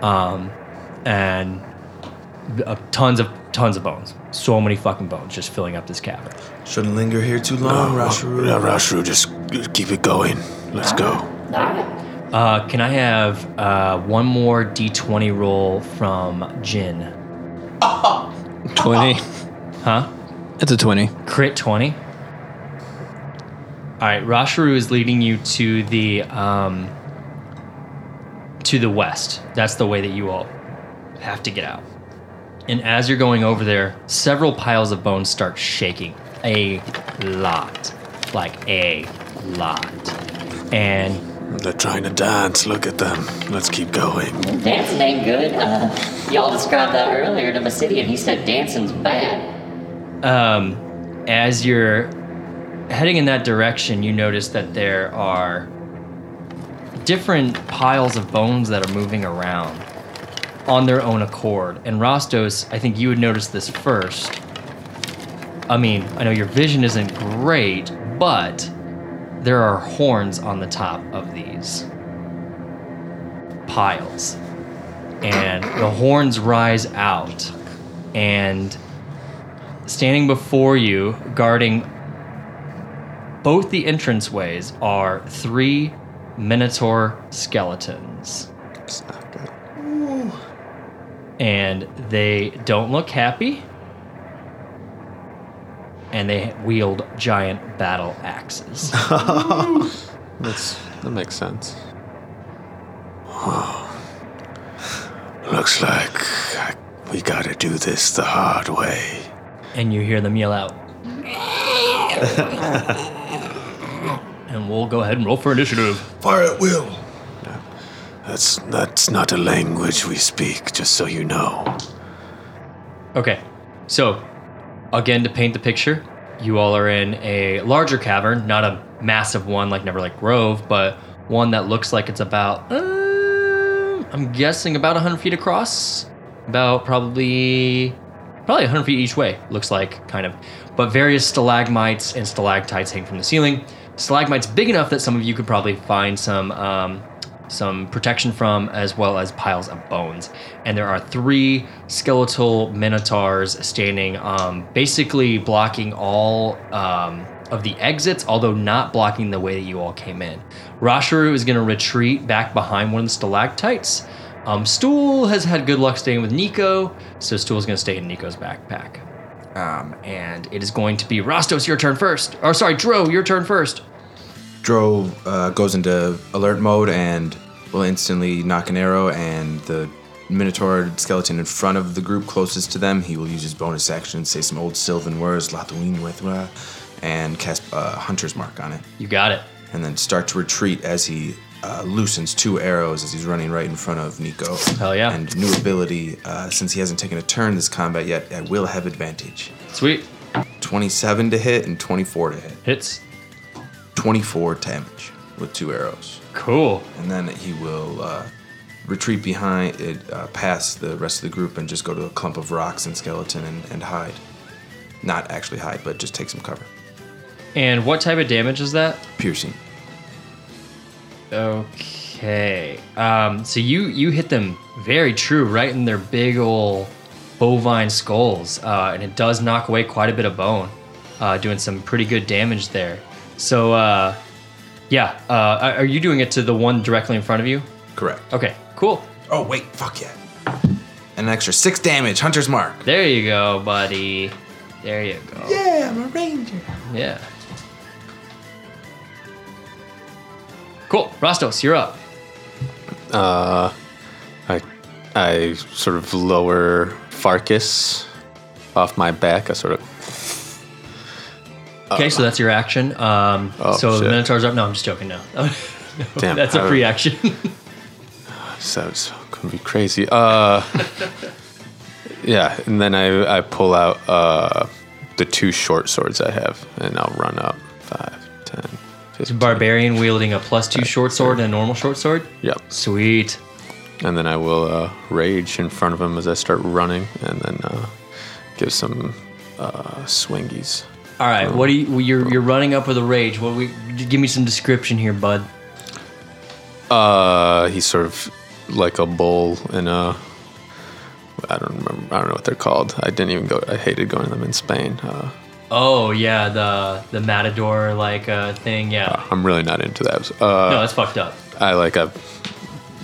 Speaker 3: um, and uh, tons of tons of bones. So many fucking bones just filling up this cavern.
Speaker 4: Shouldn't linger here too long, Rasharu.
Speaker 5: Rashru, just keep it going. Let's go.
Speaker 7: Alright.
Speaker 3: Uh, can I have uh, one more d20 roll from Jin?
Speaker 6: 20.
Speaker 3: Huh?
Speaker 6: That's a 20.
Speaker 3: Crit 20. All right, Rasharu is leading you to the um, to the west. That's the way that you all have to get out. And as you're going over there, several piles of bones start shaking a lot, like a lot. And
Speaker 5: They're trying to dance. Look at them. Let's keep going.
Speaker 7: Dancing ain't good. Uh, y'all described that earlier to Obsidian. He said dancing's bad.
Speaker 3: um, as you're heading in that direction, you notice that there are different piles of bones that are moving around on their own accord. And Rostos, I think you would notice this first. I mean, I know your vision isn't great, but there are horns on the top of these piles. And the horns rise out, and standing before you, guarding both the entranceways, are three Minotaur skeletons.
Speaker 5: It's not good.
Speaker 3: And they don't look happy. And they wield giant battle axes.
Speaker 5: That's, that makes sense. Looks like I, we gotta do this the hard way.
Speaker 3: and you hear them yell out. and we'll go ahead and roll for initiative.
Speaker 5: Fire at will. That's that's not a language we speak. Just so you know.
Speaker 3: Okay. So, again, to paint the picture, you all are in a larger cavern, not a massive one like Neverlake Grove, but one that looks like it's about, um, I'm guessing, about 100 feet across. About probably, probably 100 feet each way, looks like, kind of. But various stalagmites and stalactites hang from the ceiling. Stalagmites big enough that some of you could probably find some um, some protection from, as well as piles of bones. And there are three skeletal minotaurs standing, um, basically blocking all um, of the exits, although not blocking the way that you all came in. Rasharu is going to retreat back behind one of the stalactites. Um, Stool has had good luck staying with Nico, so Stool is going to stay in Nico's backpack. Um, and it is going to be Rostos, your turn first. Or sorry, Dro, your turn first.
Speaker 4: Dro uh, goes into alert mode and will instantly knock an arrow, and the Minotaur skeleton in front of the group closest to them, he will use his bonus action, say some old Sylvan words, Lathuin Wethra, and cast uh, Hunter's Mark on it,
Speaker 3: You got it.
Speaker 4: and then start to retreat as he uh, loosens two arrows as he's running right in front of Nico.
Speaker 3: Hell yeah.
Speaker 4: And new ability, uh, since he hasn't taken a turn this combat yet, I will have advantage.
Speaker 3: Sweet.
Speaker 4: 27 to hit and 24 to hit.
Speaker 3: Hits.
Speaker 4: 24 damage with two arrows.
Speaker 3: Cool.
Speaker 4: and then he will uh, retreat behind it, uh, past the rest of the group, and just go to a clump of rocks and skeleton and, and hide. Not actually hide, but just take some cover.
Speaker 3: And what type of damage is that?
Speaker 4: Piercing.
Speaker 3: Okay. Um, so you you hit them very true, right in their big ol' bovine skulls, uh, and it does knock away quite a bit of bone, uh, doing some pretty good damage there. So, uh, yeah, uh, are- are you doing it to the one directly in front of you?
Speaker 4: Correct.
Speaker 3: Okay, cool.
Speaker 4: Oh wait, fuck yeah. And an extra six damage, Hunter's Mark.
Speaker 3: There you go, buddy. There you go.
Speaker 4: Yeah, I'm a ranger.
Speaker 3: Yeah. Cool, Rostos, you're up.
Speaker 5: I, I sort of lower Farkas off my back. I sort of
Speaker 3: Okay, so that's your action. Um,
Speaker 5: Oh,
Speaker 3: so the
Speaker 5: shit.
Speaker 3: Minotaur's up. No, I'm just joking. No,
Speaker 5: damn.
Speaker 3: that's a
Speaker 5: I-
Speaker 3: free action.
Speaker 5: So it's gonna be crazy. Uh, yeah, and then I, I pull out uh, the two short swords I have, and I'll run up five, ten, fifteen.
Speaker 3: Barbarian wielding a plus two short sword and a normal short sword.
Speaker 5: Yep.
Speaker 3: Sweet.
Speaker 5: And then I will uh, rage in front of him as I start running, and then uh, give some uh, swingies.
Speaker 3: All right, what do you? You're you're running up with a rage. What we? Give me some description here, bud.
Speaker 5: Uh, he's sort of like a bull in a. I don't remember. I don't know what they're called. I didn't even go. I hated going to them in Spain. Uh,
Speaker 3: Oh yeah, the the matador like uh, thing. Yeah.
Speaker 5: I'm really not into that. Uh,
Speaker 3: No, that's fucked up.
Speaker 5: I like I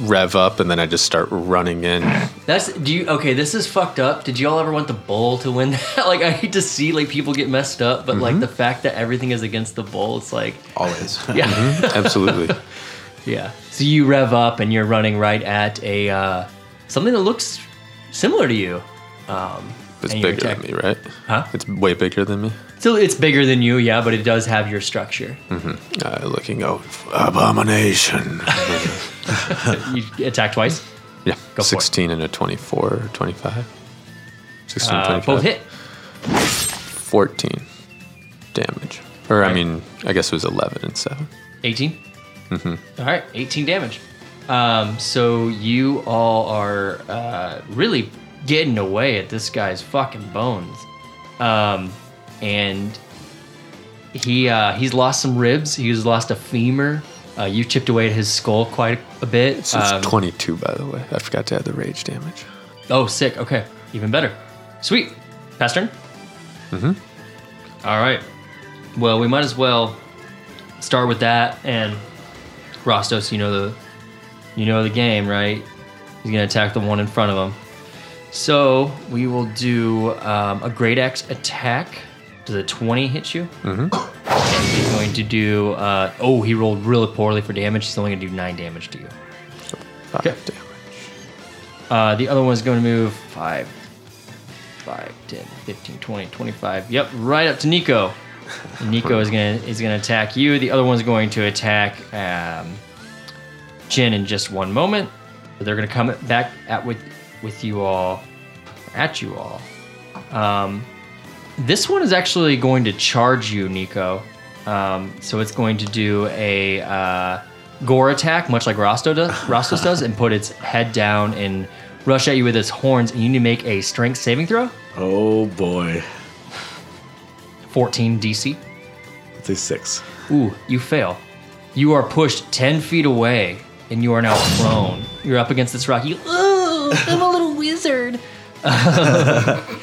Speaker 5: rev up and then I just start running in.
Speaker 3: That's do you? Okay, this is fucked up. Did y'all ever want the bull to win that? like, I hate to see like people get messed up, but
Speaker 5: Mm-hmm.
Speaker 3: like the fact that everything is against the bull, it's like
Speaker 4: Always.
Speaker 3: yeah.
Speaker 5: Mm-hmm. Absolutely.
Speaker 3: Yeah. So you rev up and you're running right at a uh, something that looks similar to you. Um,
Speaker 5: It's
Speaker 3: and you
Speaker 5: bigger
Speaker 3: attack-
Speaker 5: than me, right?
Speaker 3: Huh?
Speaker 5: It's way bigger than me.
Speaker 3: So it's bigger than you, yeah, but it does have your structure.
Speaker 5: Uh, looking out. Abomination.
Speaker 3: you attack twice.
Speaker 5: yeah.
Speaker 3: Go for it.
Speaker 5: 16 and a 24, 25. 16,
Speaker 3: Uh,
Speaker 5: 25.
Speaker 3: both hit.
Speaker 5: 14 damage. Or, I
Speaker 3: Right.
Speaker 5: mean, I guess it was 11 and 7.
Speaker 3: 18. Mm-hmm. right, 18 damage. Um, so you all are uh, really getting away at this guy's fucking bones, um, and he uh, he's lost some ribs. He's lost a femur. Uh, you chipped away at his skull quite a bit.
Speaker 5: So it's
Speaker 3: Um,
Speaker 5: 22, by the way. I forgot to add the rage damage.
Speaker 3: Oh, sick. Okay, even better. Sweet. Pass turn. Mm-hmm. All right. Well, we might as well start with that. And Rostos, you know the you know the game, right? He's gonna attack the one in front of him. So we will do um, a great axe attack. Does a twenty hit you? Mm-hmm. And he's going to do. Uh, oh, he rolled really poorly for damage. He's only gonna do nine damage to you.
Speaker 5: Five
Speaker 3: Okay.
Speaker 5: damage.
Speaker 3: Uh, the other one's going to move 5, 5, 10, 15, 20, 25. Yep, right up to Nico. Nico is going to is going to attack you. The other one's going to attack um, Jin in just one moment. They're going to come back at with with you all, at you all. Um, this one is actually going to charge you, Nico. Um, so it's going to do a uh, gore attack, much like Rosto does, Rostos does, and put its head down and rush at you with its horns. And you need to make a strength saving throw,
Speaker 8: Oh boy.
Speaker 3: 14 DC.
Speaker 8: It's a six.
Speaker 3: Ooh, you fail. You are pushed 10 feet away, and you are now prone. You're up against this rock. You, ooh, I'm a little wizard.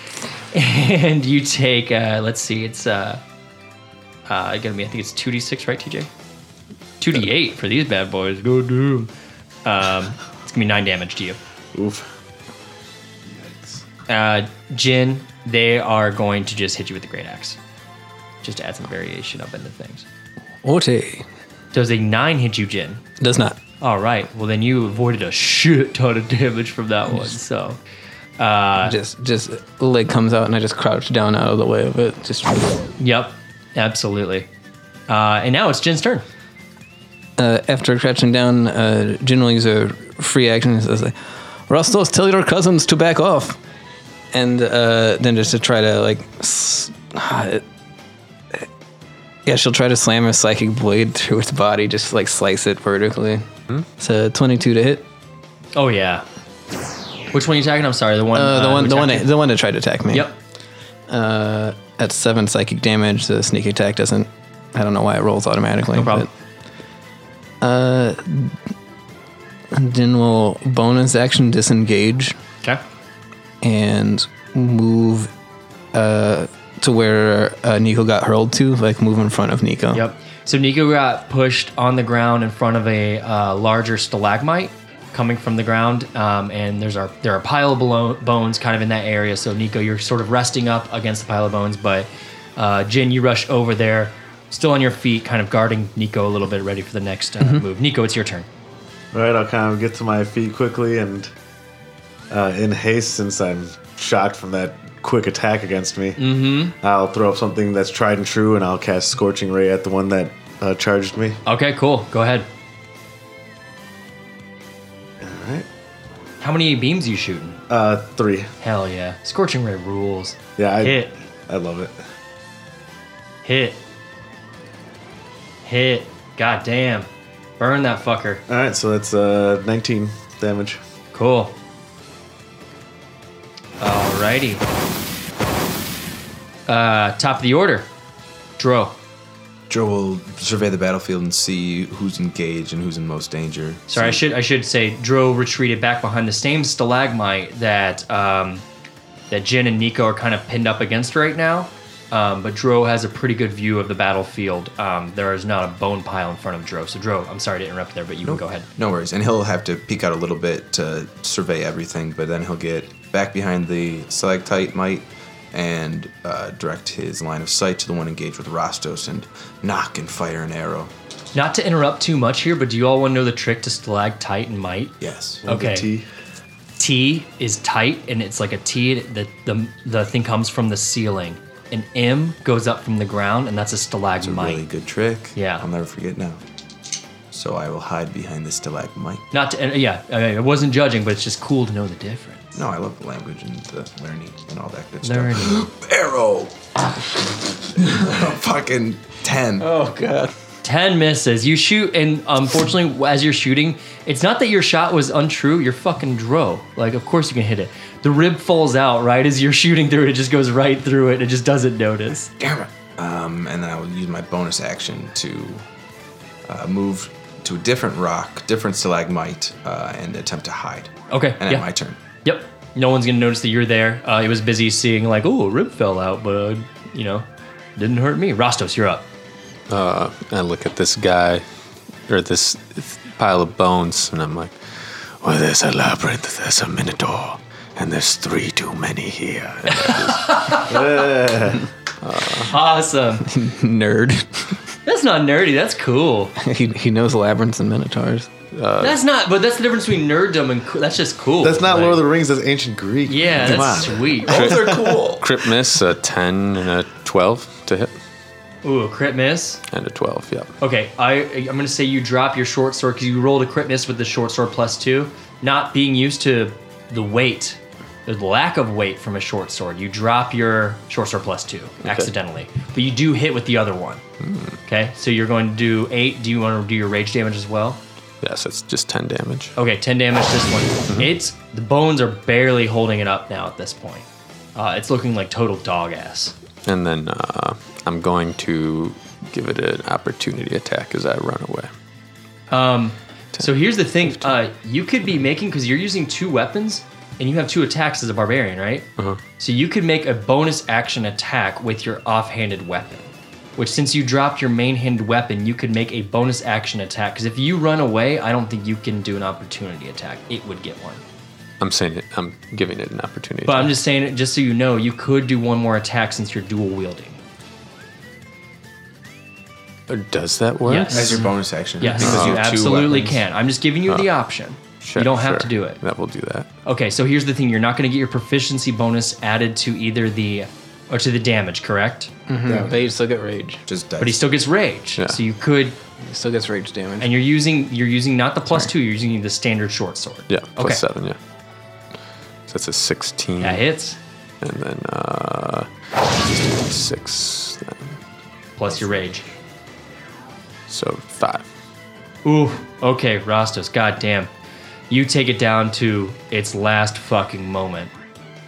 Speaker 3: and you take, uh, let's see, it's uh, uh, gonna be, I think it's 2d6, right, TJ? 2d8 for these bad boys. Go do. Um, it's gonna be 9 damage to you.
Speaker 8: Oof.
Speaker 3: Uh, Jin, they are going to just hit you with the great axe. Just to add some variation up into things.
Speaker 6: Orte
Speaker 3: Does a 9 hit you, Jin?
Speaker 6: does not.
Speaker 3: All right. Well, then you avoided a shit ton of damage from that one. So,
Speaker 6: just just leg comes out and I just crouch down out of the way of it. Just
Speaker 3: yep, absolutely. Uh, and now it's Jin's turn.
Speaker 6: uh, after crouching down, uh, Jin will use a free action and says, like, "Rostos, tell your cousins to back off," and uh, then just to try to like, s- ah, yeah, she'll try to slam a psychic blade through its body, just like slice it vertically.
Speaker 3: Hmm?
Speaker 6: It's a twenty-two to hit.
Speaker 3: Oh yeah. Which one are you attacking? I'm sorry. The one.
Speaker 6: Uh, the one,
Speaker 3: who
Speaker 6: the one,
Speaker 3: attacked
Speaker 6: that, the one that tried to attack me.
Speaker 3: you? Yep.
Speaker 6: At seven psychic damage, the sneak attack doesn't I don't know why it rolls automatically.
Speaker 3: No problem.
Speaker 6: but- uh, then we'll bonus action disengage
Speaker 3: Okay.
Speaker 6: and move uh, to where uh, Nico got hurled to, like move in front of Nico.
Speaker 3: Yep. So Nico got pushed on the ground in front of a uh, larger stalagmite coming from the ground, um, and there's our there are pile of belo- bones kind of in that area. So Nico, you're sort of resting up against the pile of bones, but uh, Jin, you rush over there, still on your feet, kind of guarding Nico a little bit, ready for the next uh, move. Nico, it's your turn.
Speaker 8: All right, I'll kind of get to my feet quickly and uh, in haste, since I'm shocked from that quick attack against me. Mm-hmm. I'll throw up something that's tried and true, and I'll cast Scorching Ray at the one that uh, charged me.
Speaker 3: Okay, cool. Go ahead.
Speaker 8: All right,
Speaker 3: How many beams you shooting?
Speaker 8: uh, three.
Speaker 3: Hell yeah, scorching ray rules.
Speaker 8: Yeah, I,
Speaker 3: Hit,
Speaker 8: I love it.
Speaker 3: hit, hit. God damn, burn that fucker.
Speaker 8: All right, so that's uh, 19 damage.
Speaker 3: Cool. Alrighty. Uh, top of the order, Dro.
Speaker 4: Joe will survey the battlefield and see who's engaged and who's in most danger.
Speaker 3: Sorry, I should I should say Dro retreated back behind the same stalagmite that um, that Jin and Nico are kind of pinned up against right now. Um, but Dro has a pretty good view of the battlefield. Um, there is not a bone pile in front of Dro. So Dro, I'm sorry to interrupt there, but you can go ahead.
Speaker 4: No worries. And he'll have to peek out a little bit to survey everything, but then he'll get back behind the stalactite mite and uh, direct his line of sight to the one engaged with Rostos and knock and fire an arrow.
Speaker 3: Not to interrupt too much here, but do you all want to know the trick to stalactite and mite?
Speaker 4: Yes.
Speaker 3: Okay.
Speaker 8: T.
Speaker 3: T is tight, and it's like a T. The the the thing comes from the ceiling. An M goes up from the ground, and that's a stalagmite.
Speaker 4: Really good trick.
Speaker 3: Yeah.
Speaker 4: I'll never forget now. So I will hide behind the stalagmite.
Speaker 3: Not to, and, yeah, I I wasn't judging, but it's just cool to know the difference.
Speaker 4: No, I love the language and the learning and all that good stuff.
Speaker 3: Learning.
Speaker 4: Arrow! Fucking 10.
Speaker 6: Oh god.
Speaker 3: Ten misses. You shoot, and unfortunately, as you're shooting, it's not that your shot was untrue. You're fucking dro. Like, of course you can hit it. The rib falls out right as you're shooting through it. It just goes right through it. It just doesn't notice.
Speaker 4: Damn it. Um, and then I will use my bonus action to uh, move to a different rock, different stalagmite, uh, and attempt to hide.
Speaker 3: Okay.
Speaker 4: And
Speaker 3: yeah.
Speaker 4: at my turn.
Speaker 3: Yep. No one's gonna notice that you're there. Uh, it was busy seeing like, oh, a rib fell out, but you know, didn't hurt me. Rostos, you're up.
Speaker 5: I look at this guy or this pile of bones, and I'm like, well, there's a labyrinth, there's a minotaur, and there's three too many here. And I just-
Speaker 3: Awesome.
Speaker 6: Nerd.
Speaker 3: that's not nerdy. That's cool.
Speaker 6: he, he knows labyrinths and minotaurs.
Speaker 3: that's not. But that's the difference between nerddom and cool. That's just cool.
Speaker 8: Uh, That's not
Speaker 3: Like,
Speaker 8: Lord of the Rings, that's ancient Greek.
Speaker 3: Yeah,
Speaker 8: Come
Speaker 3: that's
Speaker 8: on.
Speaker 3: sweet.
Speaker 4: Those are cool.
Speaker 5: Crit miss, a 10 and a 12 to hit,
Speaker 3: Ooh, crit miss.
Speaker 5: and a 12, yeah.
Speaker 3: Okay, I I'm gonna say you drop your short sword because you rolled a crit miss with the short sword plus two. Not being used to the weight, the lack of weight from a short sword, you drop your short sword plus two accidentally, but you do hit with the other one. Okay, so you're going to do eight. Do you want to do your rage damage as well?
Speaker 5: Yeah, so it's just 10 damage.
Speaker 3: Okay, 10 damage this one. It's the bones are barely holding it up now at this point. Uh, it's looking like total dog ass.
Speaker 5: And then uh, I'm going to give it an opportunity attack as I run away.
Speaker 3: So here's the thing: uh, you could be making because you're using two weapons and you have two attacks as a barbarian, right?
Speaker 4: Uh-huh.
Speaker 3: So you could make a bonus action attack with your offhanded weapon, which since you dropped your main-handed weapon, you could make a bonus action attack. Because if you run away, I don't think you can do an opportunity attack. It would get one.
Speaker 5: I'm saying it, I'm giving it an opportunity.
Speaker 3: But I'm
Speaker 5: attack.
Speaker 3: just saying, just so you know, you could do one more attack since you're dual wielding.
Speaker 5: Does that work?
Speaker 3: Yes.
Speaker 4: As your bonus action.
Speaker 3: Yes,
Speaker 4: Because you
Speaker 3: you
Speaker 4: have two
Speaker 3: absolutely
Speaker 4: weapons.
Speaker 3: can. I'm just giving you the option.
Speaker 5: Sure,
Speaker 3: you don't have
Speaker 5: sure.
Speaker 3: to do it.
Speaker 5: That will do that.
Speaker 3: Okay, so here's the thing: you're not going to get your proficiency bonus added to either the or to the damage, correct?
Speaker 6: But he still get rage.
Speaker 4: Just dice.
Speaker 3: But he still gets rage. So you could,
Speaker 6: He still gets rage damage.
Speaker 3: and you're using you're using not the plus two, you're using the standard short sword.
Speaker 5: Yeah,
Speaker 3: Okay.
Speaker 5: plus seven, yeah. So that's a 16.
Speaker 3: That hits.
Speaker 5: And then uh, six, then.
Speaker 3: Plus your rage.
Speaker 5: so five.
Speaker 3: Ooh. Okay, Rostos. Goddamn. You take it down to its last fucking moment.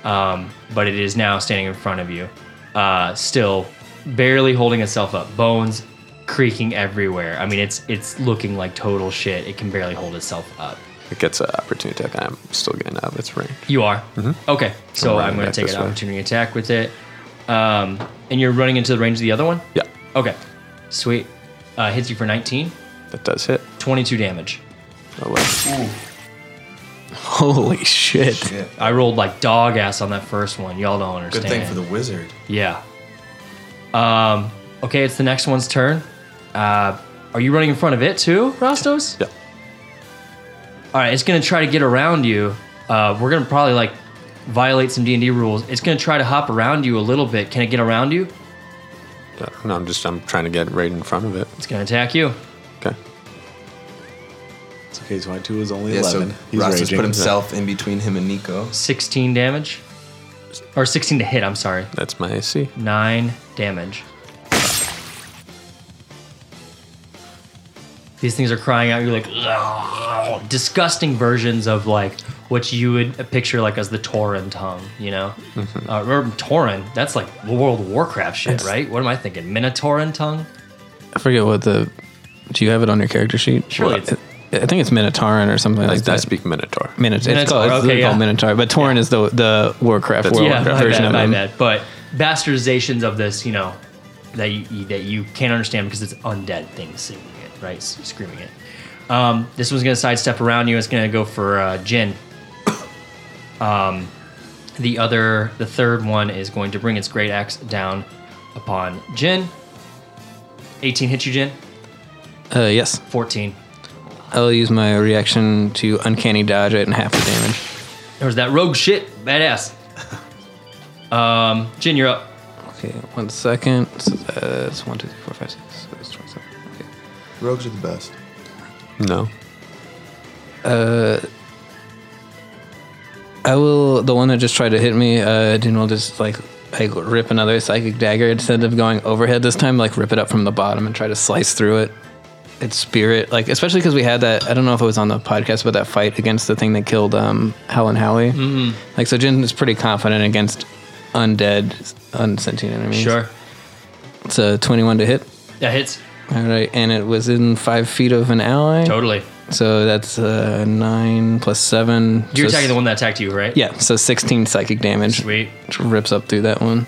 Speaker 3: Um, but it is now standing in front of you, uh, still barely holding itself up. Bones creaking everywhere. I mean, it's it's looking like total shit. It can barely hold itself up.
Speaker 5: It gets an opportunity attack. I'm still getting out of its range.
Speaker 3: You are okay. So
Speaker 5: Mm-hmm. running
Speaker 3: I'm going to
Speaker 5: back
Speaker 3: take
Speaker 5: this
Speaker 3: an
Speaker 5: way.
Speaker 3: opportunity attack with it. Um, and you're running into the range of the other one.
Speaker 5: Yeah,
Speaker 3: Okay, sweet. Uh, hits you for 19,
Speaker 5: that does hit.
Speaker 3: 22 damage.
Speaker 5: Oh, well.
Speaker 6: Holy shit.
Speaker 3: I rolled like dog ass on that first one. Y'all don't
Speaker 4: Good
Speaker 3: understand.
Speaker 4: thing for the wizard.
Speaker 3: Yeah. Um. Okay, it's the next one's turn. Uh, are you running in front of it too, Rostos?
Speaker 5: Yeah.
Speaker 3: All right, it's gonna try to get around you. Uh, we're gonna probably like violate some D and D rules. It's gonna try to hop around you a little bit. Can it get around you?
Speaker 5: Uh, No, I'm just I'm trying to get right in front of it.
Speaker 3: It's gonna attack you.
Speaker 5: Okay.
Speaker 8: It's okay. So my two is only
Speaker 4: Yeah,
Speaker 8: eleven.
Speaker 4: so
Speaker 8: He's
Speaker 4: Ross has
Speaker 8: raging.
Speaker 4: put himself in between him and Nico.
Speaker 3: 16 damage, or 16 to hit. I'm sorry.
Speaker 5: That's my AC.
Speaker 3: Nine damage. These things are crying out. You're like "Ugh." disgusting versions of like what you would picture like as the Tauren tongue, you know? Uh, remember Tauren? That's like World of Warcraft shit, right? What am I thinking? Minotauran tongue?
Speaker 6: I forget what the. Do you have it on your character sheet?
Speaker 3: Surely
Speaker 6: Well,
Speaker 3: it's-
Speaker 6: I I think it's Minotauran or something
Speaker 5: I,
Speaker 6: like
Speaker 5: I
Speaker 6: that.
Speaker 5: speak Minotaur.
Speaker 6: Minotaur. It's
Speaker 3: Minotaur,
Speaker 6: called, it's
Speaker 3: okay,
Speaker 6: called
Speaker 3: yeah.
Speaker 6: Minotaur, but Torn is the the Warcraft
Speaker 5: That's-
Speaker 6: world
Speaker 3: yeah, my
Speaker 6: version
Speaker 3: bad,
Speaker 6: of
Speaker 3: my
Speaker 6: him.
Speaker 3: bad. But bastardizations of this, you know, that you, that you can't understand because it's undead things singing it, right? S- Screaming it. Um, this one's gonna sidestep around you. It's gonna go for uh, Jin. um, the other, the third one is going to bring its great axe down upon Jin. 18 hits you, Jin.
Speaker 6: Uh, yes,
Speaker 3: 14.
Speaker 6: I'll use my reaction to uncanny dodge it and half the damage.
Speaker 3: There was that rogue shit, badass. um, Jin, you're up.
Speaker 6: Okay, one second. So that's one, two, three, four, five, six, seven, eight, nine, ten, eleven.
Speaker 4: Rogues are the best.
Speaker 5: No.
Speaker 6: Okay. Uh, I will. The one that just tried to hit me, uh, Jin will just like like rip another psychic dagger instead of going overhead this time. Like rip it up from the bottom and try to slice through it. It's spirit, like especially because we had that. I don't know if it was on the podcast, but that fight against the thing that killed um, Helen Howie. Mm-hmm. Like so, Jin is pretty confident against undead, unsentient enemies.
Speaker 3: Sure.
Speaker 6: It's a twenty-one to hit.
Speaker 3: That hits.
Speaker 6: All right, and it was in five feet of an ally.
Speaker 3: Totally.
Speaker 6: So that's uh, nine plus seven.
Speaker 3: You're
Speaker 6: so
Speaker 3: attacking the one that attacked you, right?
Speaker 6: Yeah, so 16 psychic damage.
Speaker 3: Sweet.
Speaker 6: Which rips up through that one.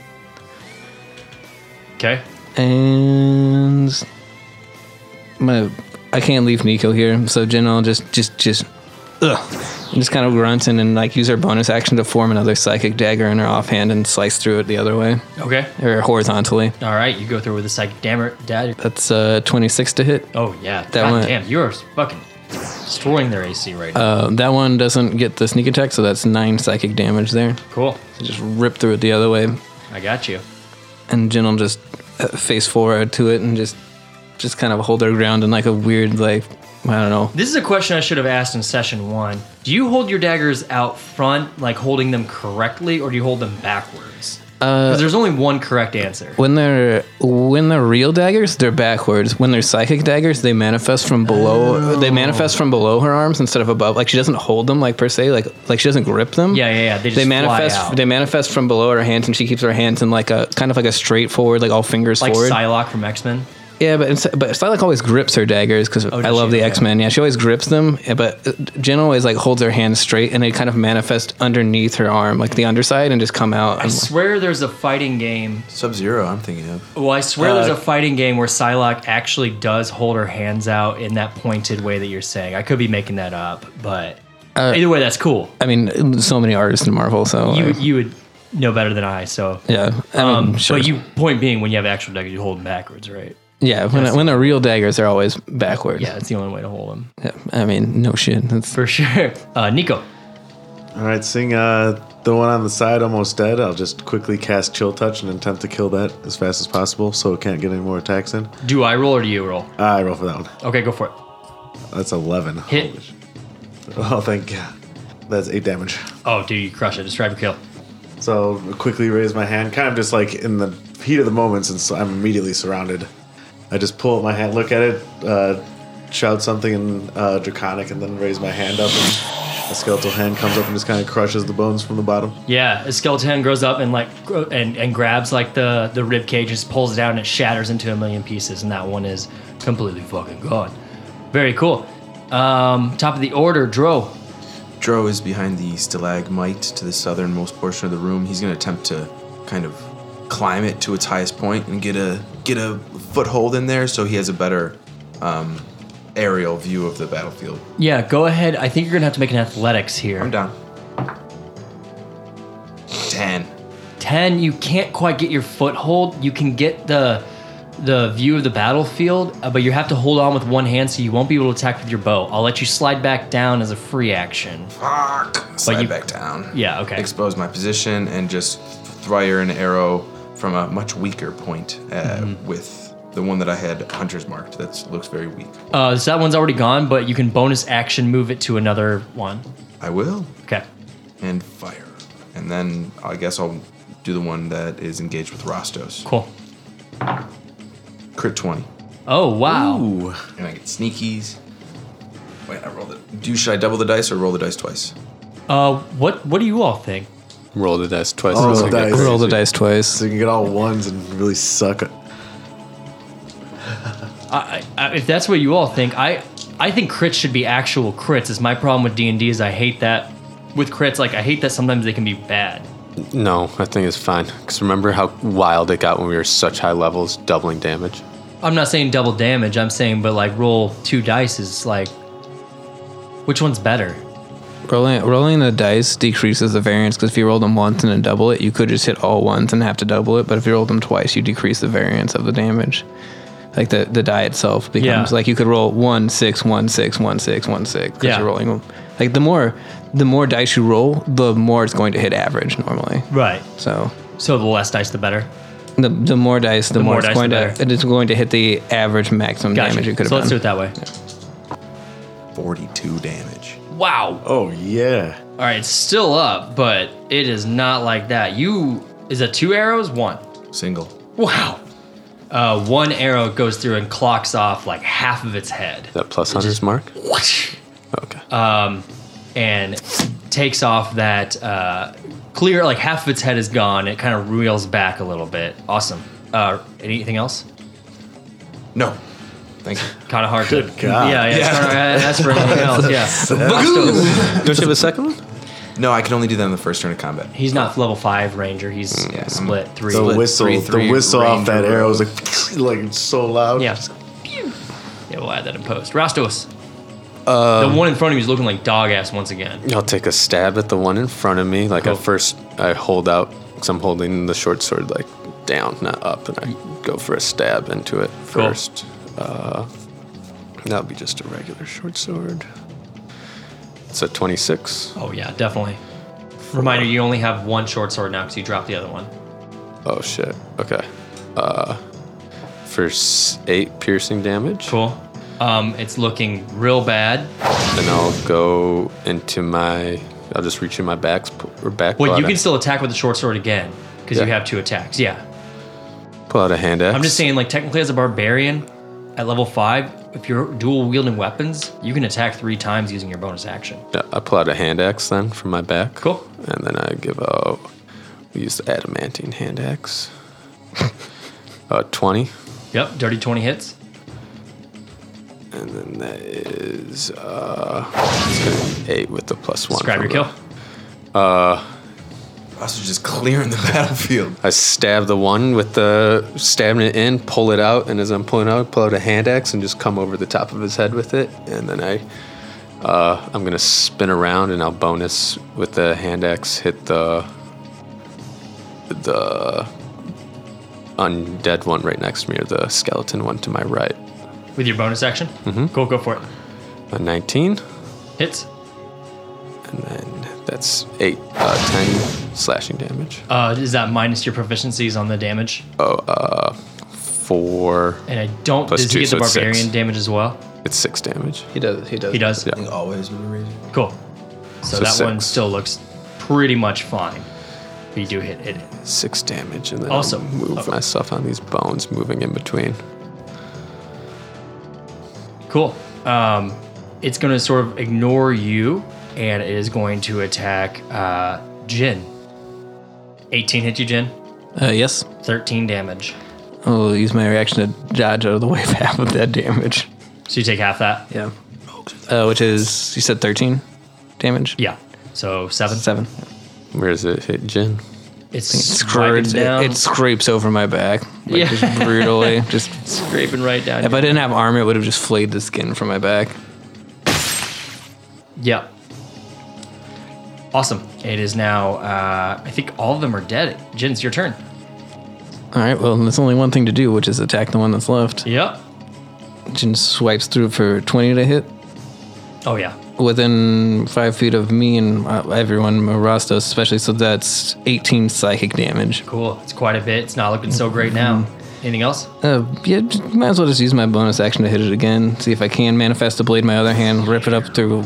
Speaker 3: Okay.
Speaker 6: And I'm gonna, I can't leave Nico here, so Jin will just just just ugh, just kind of grunt and then like use her bonus action to form another psychic dagger in her offhand and slice through it the other way
Speaker 3: Okay.
Speaker 6: or horizontally.
Speaker 3: All right. You go through with the psychic dammer. Dad.
Speaker 6: That's uh, 26 to hit.
Speaker 3: Oh yeah. That
Speaker 6: one-
Speaker 3: Damn. You are fucking destroying their AC right now.
Speaker 6: Uh, that one doesn't get the sneak attack, so that's nine psychic damage there.
Speaker 3: cool.
Speaker 6: Just rip through it the other way.
Speaker 3: I got you.
Speaker 6: and Jin will just uh, face forward to it and just just kind of hold their ground in like a weird like I don't know.
Speaker 3: This is a question I should have asked in session one. Do you hold your daggers out front, like holding them correctly, or do you hold them backwards?
Speaker 6: Uh,
Speaker 3: Because there's only one correct answer.
Speaker 6: When they're when they're real daggers, they're backwards. When they're psychic daggers, they manifest from below.
Speaker 3: Oh.
Speaker 6: They manifest from below her arms instead of above. Like she doesn't hold them like per se. Like like she doesn't grip them.
Speaker 3: Yeah, yeah, yeah. They just
Speaker 6: They
Speaker 3: fly
Speaker 6: manifest.
Speaker 3: out.
Speaker 6: They manifest from below her hands, and she keeps her hands in like a kind of like a straightforward, like all fingers
Speaker 3: like
Speaker 6: forward.
Speaker 3: Psylocke from X Men.
Speaker 6: Yeah, but it's, but Psylocke always grips her daggers because I
Speaker 3: Oh, does
Speaker 6: love
Speaker 3: she?
Speaker 6: the
Speaker 3: Okay.
Speaker 6: X Men. Yeah, she always grips them, yeah, but uh, Jen always like holds her hands straight and they kind of manifest underneath her arm, like the underside, and just come out.
Speaker 3: I
Speaker 6: And,
Speaker 3: swear there's a fighting game.
Speaker 4: Sub Zero, I'm thinking of.
Speaker 3: Well, I swear
Speaker 6: Uh,
Speaker 3: there's a fighting game where Psylocke actually does hold her hands out in that pointed way that you're saying. I could be making that up, but
Speaker 6: Uh,
Speaker 3: either way, that's cool.
Speaker 6: I mean, so many artists in Marvel, so
Speaker 3: you
Speaker 6: like,
Speaker 3: you would know better than I. So,
Speaker 6: uh, yeah. I mean,
Speaker 3: um,
Speaker 6: sure.
Speaker 3: but you point being when you have actual daggers, you hold them backwards, right?
Speaker 6: yeah, when when they're real daggers, they're always backwards.
Speaker 3: Yeah, that's the only way to hold them
Speaker 6: Yeah, I mean, no shit. That's
Speaker 3: for sure. Uh, Nico,
Speaker 8: All right, seeing uh, the one on the side almost dead, I'll just quickly cast Chill Touch and attempt to kill that as fast as possible, so it can't get any more attacks in. Ah,
Speaker 3: do I roll or do you roll?
Speaker 8: I roll for that one.
Speaker 3: Okay, go for it.
Speaker 8: That's eleven.
Speaker 3: Hit.
Speaker 8: Holy sh- Oh, thank God. That's eight damage.
Speaker 3: Oh, dude, you crush it. Describe your kill.
Speaker 8: So I quickly raise my hand, kind of just like in the heat of the moment, since I'm immediately surrounded. I just pull up my hand, look at it, uh, shout something in uh, Draconic, and then raise my hand up and A skeletal hand comes up and just kind of crushes the bones from the bottom.
Speaker 3: Yeah, a skeleton hand grows up and like gro- and, and grabs like the the rib cage, just pulls it down, and it shatters into a million pieces, and that one is completely fucking gone. Very cool. Um, top of the order, Dro.
Speaker 4: Dro is behind the stalagmite to the southernmost portion of the room. He's going to attempt to kind of climb it to its highest point and get a get a foothold in there, so he has a better um, aerial view of the battlefield.
Speaker 3: Yeah, go ahead. I think you're gonna have to make an athletics here.
Speaker 4: I'm down. Ten.
Speaker 3: Ten, you can't quite get your foothold. You can get the the view of the battlefield, uh, but you have to hold on with one hand, so you won't be able to attack with your bow. I'll let you slide back down as a free action.
Speaker 4: Fuck. Slide
Speaker 3: you-
Speaker 4: back down.
Speaker 3: Yeah, okay.
Speaker 4: Expose my position and just fire an arrow from a much weaker point uh,
Speaker 3: Mm-hmm.
Speaker 4: with the one that I had hunters marked. That looks very weak.
Speaker 3: Uh, so that one's already gone, but you can bonus action move it to another one.
Speaker 4: I will
Speaker 3: Okay.
Speaker 4: and fire. And then I guess I'll do the one that is engaged with Rostos.
Speaker 3: Cool.
Speaker 4: Crit 20.
Speaker 3: Oh wow.
Speaker 4: Ooh. And I get sneakies. Wait, I rolled it. Do should I double the dice or roll the dice twice?
Speaker 3: Uh, what what do you all think?
Speaker 5: Roll the dice twice.
Speaker 8: Oh,
Speaker 5: It's gonna get
Speaker 8: dice.
Speaker 5: crazy.
Speaker 6: Roll the dice twice.
Speaker 8: So you can get all ones and really suck. it.
Speaker 3: I, I, if that's what you all think, I I think crits should be actual crits. Is my problem with D and D is I hate that with crits. Like I hate that sometimes they can be bad.
Speaker 5: No, I think it's fine. Because remember how wild it got when we were such high levels, doubling damage?
Speaker 3: I'm not saying double damage. I'm saying but like roll two dice is like which one's better?
Speaker 6: Rolling rolling the dice decreases the variance because if you roll them once and then double it, you could just hit all ones and have to double it. But if you roll them twice, you decrease the variance of the damage. Like the, the die itself becomes
Speaker 3: Yeah.
Speaker 6: like you could roll one six one six one six one six because
Speaker 3: Yeah.
Speaker 6: you're rolling them. Like the more the more dice you roll, the more it's going to hit average normally.
Speaker 3: Right.
Speaker 6: So
Speaker 3: So the less dice, the better.
Speaker 6: the, the more dice, the,
Speaker 3: more
Speaker 6: more, it's
Speaker 3: dice,
Speaker 6: going
Speaker 3: the
Speaker 6: to
Speaker 3: better.
Speaker 6: it's going to hit the average maximum
Speaker 3: Gotcha.
Speaker 6: damage you could have
Speaker 3: so let's do
Speaker 6: done.
Speaker 3: it that way.
Speaker 4: 42 damage.
Speaker 3: Wow.
Speaker 8: Oh yeah.
Speaker 3: All right, it's still up, but it is not like that. You is it two arrows? One.
Speaker 4: Single.
Speaker 3: Wow. Uh, one arrow goes through and clocks off like half of its head.
Speaker 5: Is that plus Hunter's mark?
Speaker 3: Whoosh.
Speaker 5: Okay.
Speaker 3: and takes off that uh, clear like half of its head is gone it kind of reels back a little bit awesome uh, anything else
Speaker 4: No. Thank you.
Speaker 3: kind of hard to yeah
Speaker 8: God.
Speaker 3: yeah, it's kinda- that's for anything else yeah
Speaker 5: Don't you have a second one?
Speaker 4: No, I can only do that in the first turn of combat.
Speaker 3: he's not level 5 ranger he's
Speaker 4: yeah, I'm-
Speaker 3: split 3
Speaker 8: The
Speaker 4: Split
Speaker 8: whistle,
Speaker 4: three, three,
Speaker 8: the whistle off that
Speaker 4: Ranger
Speaker 8: arrow was like, like it's so loud.
Speaker 3: yeah Um, yeah we'll add that in post Rastos the one in front of you is looking like dog ass once again
Speaker 5: I'll take a stab at the one in front of me. Like
Speaker 3: Cool.
Speaker 5: at first, I hold out because I'm holding the short sword like down, not up, and I go for a stab into it first. Uh, that'll be just a regular short sword. It's a 26.
Speaker 3: oh yeah definitely reminder you only have one short sword now because you dropped the other one
Speaker 5: Oh shit. Okay. Uh, for s- eight piercing damage.
Speaker 3: cool um, it's looking real bad
Speaker 5: Then I'll go into my. I'll just reach in my back sp- or back.
Speaker 3: Well,
Speaker 5: pull
Speaker 3: you
Speaker 5: out
Speaker 3: can
Speaker 5: a-
Speaker 3: still attack with the short sword again because you
Speaker 5: Yeah.
Speaker 3: have two attacks. Yeah,
Speaker 5: pull out a hand axe.
Speaker 3: I'm just saying, like technically as a barbarian at level five, if you're dual wielding weapons, you can attack three times using your bonus action.
Speaker 5: Yeah, I pull out a hand axe then from my back.
Speaker 3: Cool.
Speaker 5: And then I give out. We use the adamantine hand axe. uh, 20.
Speaker 3: Yep, dirty twenty hits.
Speaker 5: And then that is. Uh, it's gonna be 8 with the plus 1.
Speaker 3: Describe
Speaker 5: from
Speaker 3: your
Speaker 5: the-
Speaker 3: kill.
Speaker 4: Also, just clearing the battlefield.
Speaker 5: I stab the one with the stabbing it in, pull it out, and as I'm pulling out, pull out a hand axe and just come over the top of his head with it. And then I, uh, I'm gonna spin around and I'll bonus with the hand axe hit the the undead one right next to me or the skeleton one to my right.
Speaker 3: With your bonus action? Mm-hmm. Cool, go for it.
Speaker 5: A 19,
Speaker 3: Hits.
Speaker 5: and then that's eight, uh, 10 slashing damage.
Speaker 3: Uh, is that minus your proficiencies on the damage?
Speaker 5: Four,
Speaker 3: And I don't.
Speaker 5: Oh, Plus
Speaker 3: does
Speaker 5: two,
Speaker 3: he get
Speaker 5: so
Speaker 3: the
Speaker 5: it's six.
Speaker 3: barbarian damage as well?
Speaker 5: it's six damage.
Speaker 6: He does. He does.
Speaker 3: He does.
Speaker 5: Yeah.
Speaker 4: I think always when we're raising.
Speaker 3: Cool. So,
Speaker 5: So
Speaker 3: that one
Speaker 5: six.
Speaker 3: still looks pretty much fine. But you do hit it.
Speaker 5: six damage, and then
Speaker 3: Awesome.
Speaker 5: I'll move
Speaker 3: Okay.
Speaker 5: myself on these bones, moving in between.
Speaker 3: Cool. Um, it's going to sort of ignore you and it is going to attack uh, Jin. 18 hit you, Jin.
Speaker 6: Uh, yes.
Speaker 3: 13 damage.
Speaker 6: I'll use my reaction to dodge out of the way for half of that damage.
Speaker 3: So you take half that?
Speaker 6: Yeah. Uh, which is, you said 13 damage?
Speaker 3: Yeah. So seven.
Speaker 6: Seven.
Speaker 5: Where does it hit Jin?
Speaker 3: It's
Speaker 6: Scrapes,
Speaker 3: scraping
Speaker 6: it,
Speaker 3: down.
Speaker 6: it scrapes over my back. Like,
Speaker 3: Yeah.
Speaker 6: Just brutally. just
Speaker 3: scraping right down.
Speaker 6: If I didn't have armor, it would have just flayed the skin from my back.
Speaker 3: Yeah. Awesome. It is now, uh, I think all of them are dead. Jin's your turn.
Speaker 6: All right, well, there's only one thing to do, which is attack the one that's left.
Speaker 3: Yep.
Speaker 6: Jin swipes through for 20 to hit.
Speaker 3: Oh, yeah.
Speaker 6: Within five feet of me and uh, everyone, Rasta especially, so that's 18 psychic damage.
Speaker 3: Cool. It's quite a bit. It's not looking so great now.
Speaker 5: Mm-hmm.
Speaker 3: Anything else?
Speaker 6: Uh, yeah, j- might as well just use my bonus action to hit it again. See if I can manifest the blade in my other hand, rip it up through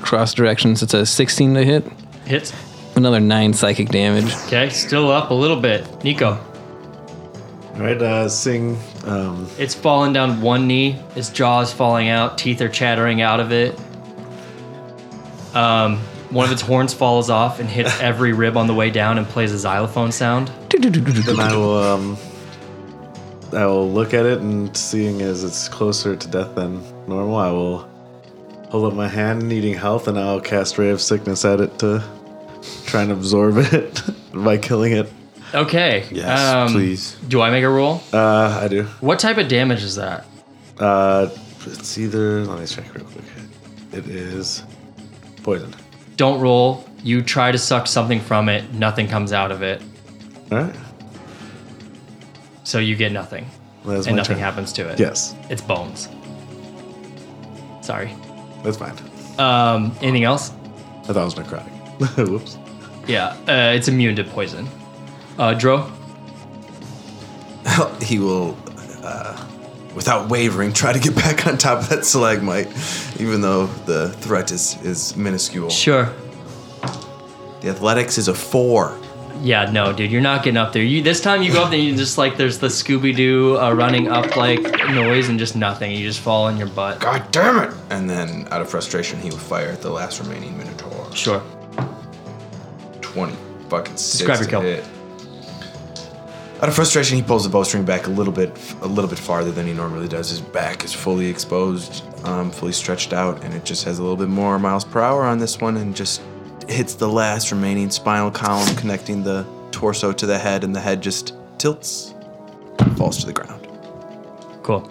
Speaker 6: cross directions. It's a 16 to hit,
Speaker 3: Hits.
Speaker 6: another 9 psychic damage.
Speaker 3: Okay. Still up a little bit. Nico.
Speaker 8: All right, uh, seeing um,
Speaker 3: It's fallen down one knee. Its jaw is falling out. Teeth are chattering out of it. Um, one of its horns falls off and hits every rib on the way down and plays a xylophone sound.
Speaker 8: then I will um, I will look at it and seeing as it's closer to death than normal, I will hold up my hand needing health and I'll cast Ray of Sickness at it to try and absorb it by killing it.
Speaker 3: Okay. um,
Speaker 5: Yes, please.
Speaker 3: Do I make a roll?
Speaker 8: Uh, I do.
Speaker 3: What type of damage is that?
Speaker 8: Uh, it's either let me check real quick. It is poison.
Speaker 3: Don't roll. You try to suck something from it. Nothing comes out of it.
Speaker 8: All right,
Speaker 3: So you get nothing.
Speaker 8: that's
Speaker 3: and
Speaker 8: my
Speaker 3: nothing
Speaker 8: turn.
Speaker 3: happens to it.
Speaker 8: Yes,
Speaker 3: It's bones. Sorry.
Speaker 8: that's fine.
Speaker 3: Um, anything else?
Speaker 8: I thought it was necrotic. Whoops.
Speaker 3: Yeah. Uh, it's immune to poison. Uh, Dro?
Speaker 4: he will, uh, without wavering, try to get back on top of that stalagmite, even though the threat is, is minuscule.
Speaker 3: Sure.
Speaker 4: The athletics is a four.
Speaker 3: Yeah, no, dude, you're not getting up there. You this time you go up there, and you just like there's the Scooby Doo uh, running up like noise and just nothing. You just fall on your butt.
Speaker 4: God damn it! And then, out of frustration, he would fire at the last remaining Minotaur.
Speaker 3: Sure.
Speaker 4: 20 fucking six
Speaker 3: Describe your
Speaker 4: to
Speaker 3: kill.
Speaker 4: hit. Out of frustration, he pulls the bowstring back a little bit, a little bit farther than he normally does. His back is fully exposed, um, fully stretched out, and it just has a little bit more miles per hour on this one, and just hits the last remaining spinal column connecting the torso to the head, and the head just tilts, falls to the ground.
Speaker 3: Cool.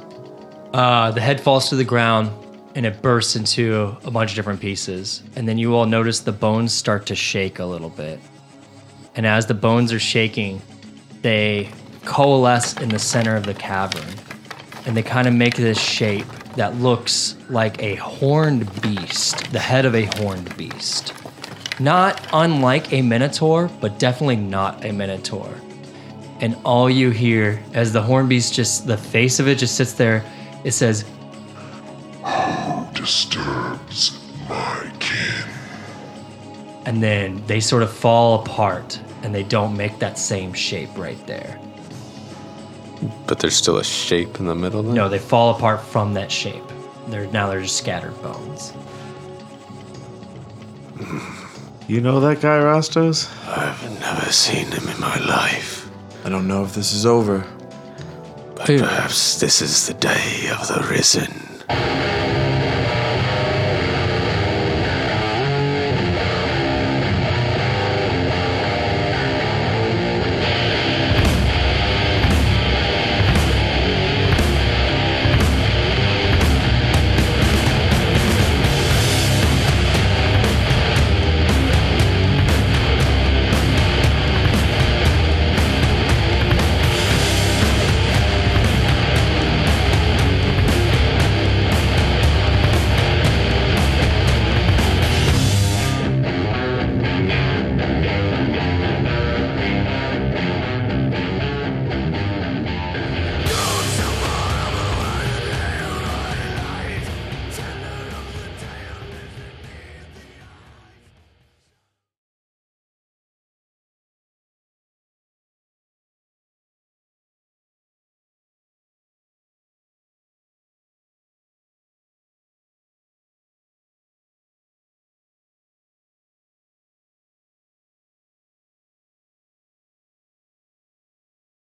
Speaker 3: Uh, the head falls to the ground and it bursts into a bunch of different pieces. And then you all notice the bones start to shake a little bit. And as the bones are shaking, they coalesce in the center of the cavern. And they kind of make this shape that looks like a horned beast, the head of a horned beast. Not unlike a minotaur, but definitely not a minotaur and all you hear as the hornbeast just the face of it just sits there it says
Speaker 1: Disturbs my kin.
Speaker 3: and then they sort of fall apart and they don't make that same shape right there
Speaker 5: But there's still a shape in the middle. Then?
Speaker 3: no they fall apart from that shape they're now they're just scattered bones
Speaker 8: You know that guy Rostos?
Speaker 5: Never seen him in my life.
Speaker 4: I don't know if this is over.
Speaker 6: Dude,
Speaker 5: Perhaps this is the day of the risen.